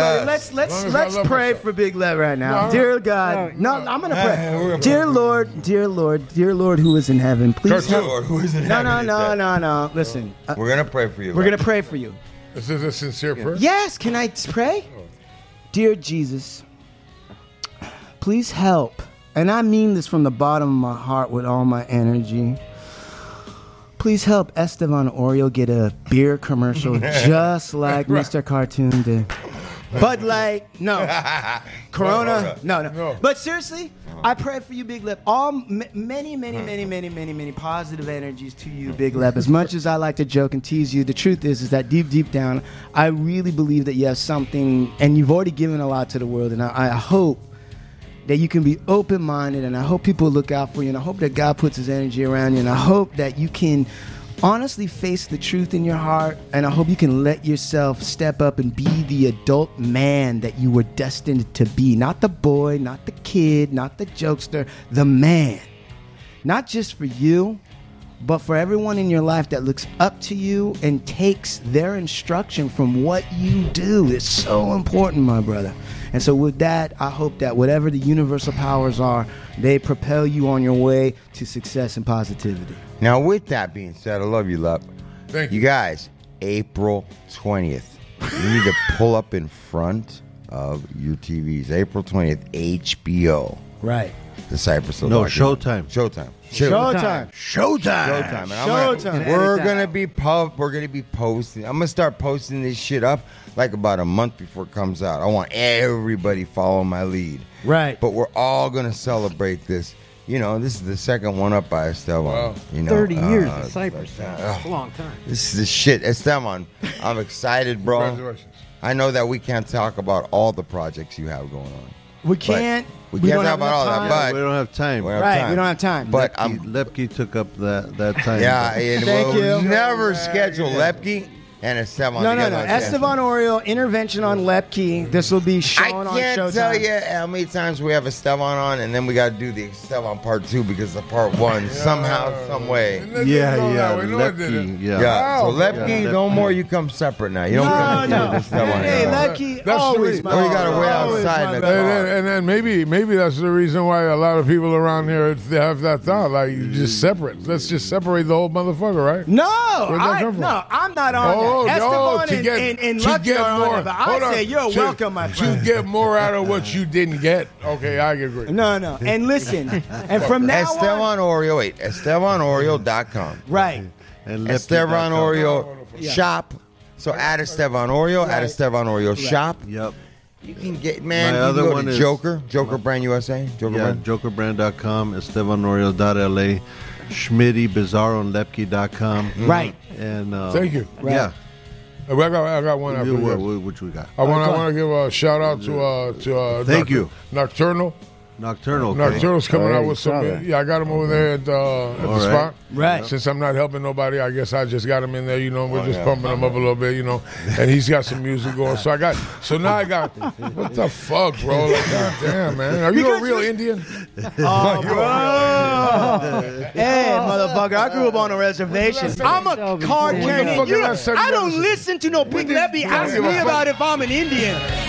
let's Yes. As let's long as I let's love pray for Big Lep right now. No, dear no, God, no, I'm gonna Yeah, we're pray. gonna Dear Lord, dear Lord, dear Lord, who is in heaven, please. Dear help- Lord, who is in no, heaven is No, that- no, no, no. Listen, uh, we're gonna pray for you we're gonna pray for you. This is a sincere prayer. Yes, can I pray? Dear Jesus, please help. And I mean this from the bottom of my heart with all my energy. Please help Estevan Oreo get a beer commercial just like Mr. Cartoon did. Bud Light, no. Corona, no, no. But seriously, I pray for you, Big Lip. All m- many, many, many, many, many, many positive energies to you, Big Lip. As much as I like to joke and tease you, the truth is, is that deep, deep down, I really believe that you have something, and you've already given a lot to the world. And I, I hope that you can be open minded, and I hope people look out for you, and I hope that God puts His energy around you, and I hope that you can honestly face the truth in your heart, and I hope you can let yourself step up and be the adult man that you were destined to be. Not the boy, not the kid, not the jokester, the man. Not just for you, but for everyone in your life that looks up to you and takes their instruction from what you do it's so important my brother and so with that i hope that whatever the universal powers are they propel you on your way to success and positivity now with that being said i love you love thank you guys april 20th you need to pull up in front of your tvs april 20th hbo right the cypress Hill No, documentary. showtime Showtime. showtime Showtime. showtime, And I'm gonna- Showtime. we're Edit that gonna be pub we're gonna be posting i'm gonna start posting this shit up like about a month before it comes out i want everybody following my lead right but we're all gonna celebrate this you know this is the second one up by esteban you know 30 uh, years of Cypress. That's a long time. this is the shit. Esteban, I'm excited, bro. Congratulations. I know that we can't talk about all the projects you have going on, We can't. we can't talk about all that, but we don't have time. don't have Right, time. we don't have time. But Lepke, Lepke took up that that time. Yeah, and we'll never schedule Lepke and Esteban. No, no, together no. again. Estevan Oriol, intervention on Lepke. This will be I shown on can't Showtime. tell you how many times we have Esteban on, and then we got to do the Esteban part two because the part one somehow, some way. Yeah, yeah, Lepke, yeah. Yeah, so Oh, Lepke, yeah. no more. You come separate now. You don't No, come no. with Esteban. Oh, Hey, anymore. Lucky, That's always sweet. my Oh, you gotta wait always outside my in the brother. car. And then, and then maybe maybe that's the reason why a lot of people around here they have that thought. Like, you just separate. Let's just separate the whole motherfucker, right? No, Where'd that I, come from? no, I'm not on that. Oh, no, Esteban to and, get- and, and to Lucky get are on more- it, but hold I on, say you're to- welcome, my friend. To get more out of what you didn't get. Okay, I agree. No, no. And listen, and from now on, Esteban Oreo, wait, EstebanOreo.com. Right. And Esteban Oreo Yeah. shop. So add Esteban Oreo, add Esteban Oreo shop. Yep. You can get, man, My you other can go one to is- Joker, Joker Brand USA, Joker yeah, Brand. jokerbrand.com, estebanoriel.la, Schmitty, bizarroandlepke.com. Right. And uh, Thank you. Yeah. I got, I got one. after You- what, this. what- what you got? I want I want to give a shout out to uh, to uh, Thank you. Nocturnal. Nocturnal. okay. Nocturnal's coming out with some. Yeah, I got him over there at, uh, at the All right. spot. Right. Since I'm not helping nobody, I guess I just got him in there. You know, we're Oh, just yeah. pumping him up a little bit. You know, and he's got some music going. So I got. So now I got. What the fuck, bro? Like, God damn, man. Are you a real Indian? Oh, bro. hey, motherfucker, I grew up on a reservation. I'm a card When the carrying. fuck You is know, that second I don't episode? listen to no people that be I don't asking give a me fuck. about if I'm an Indian.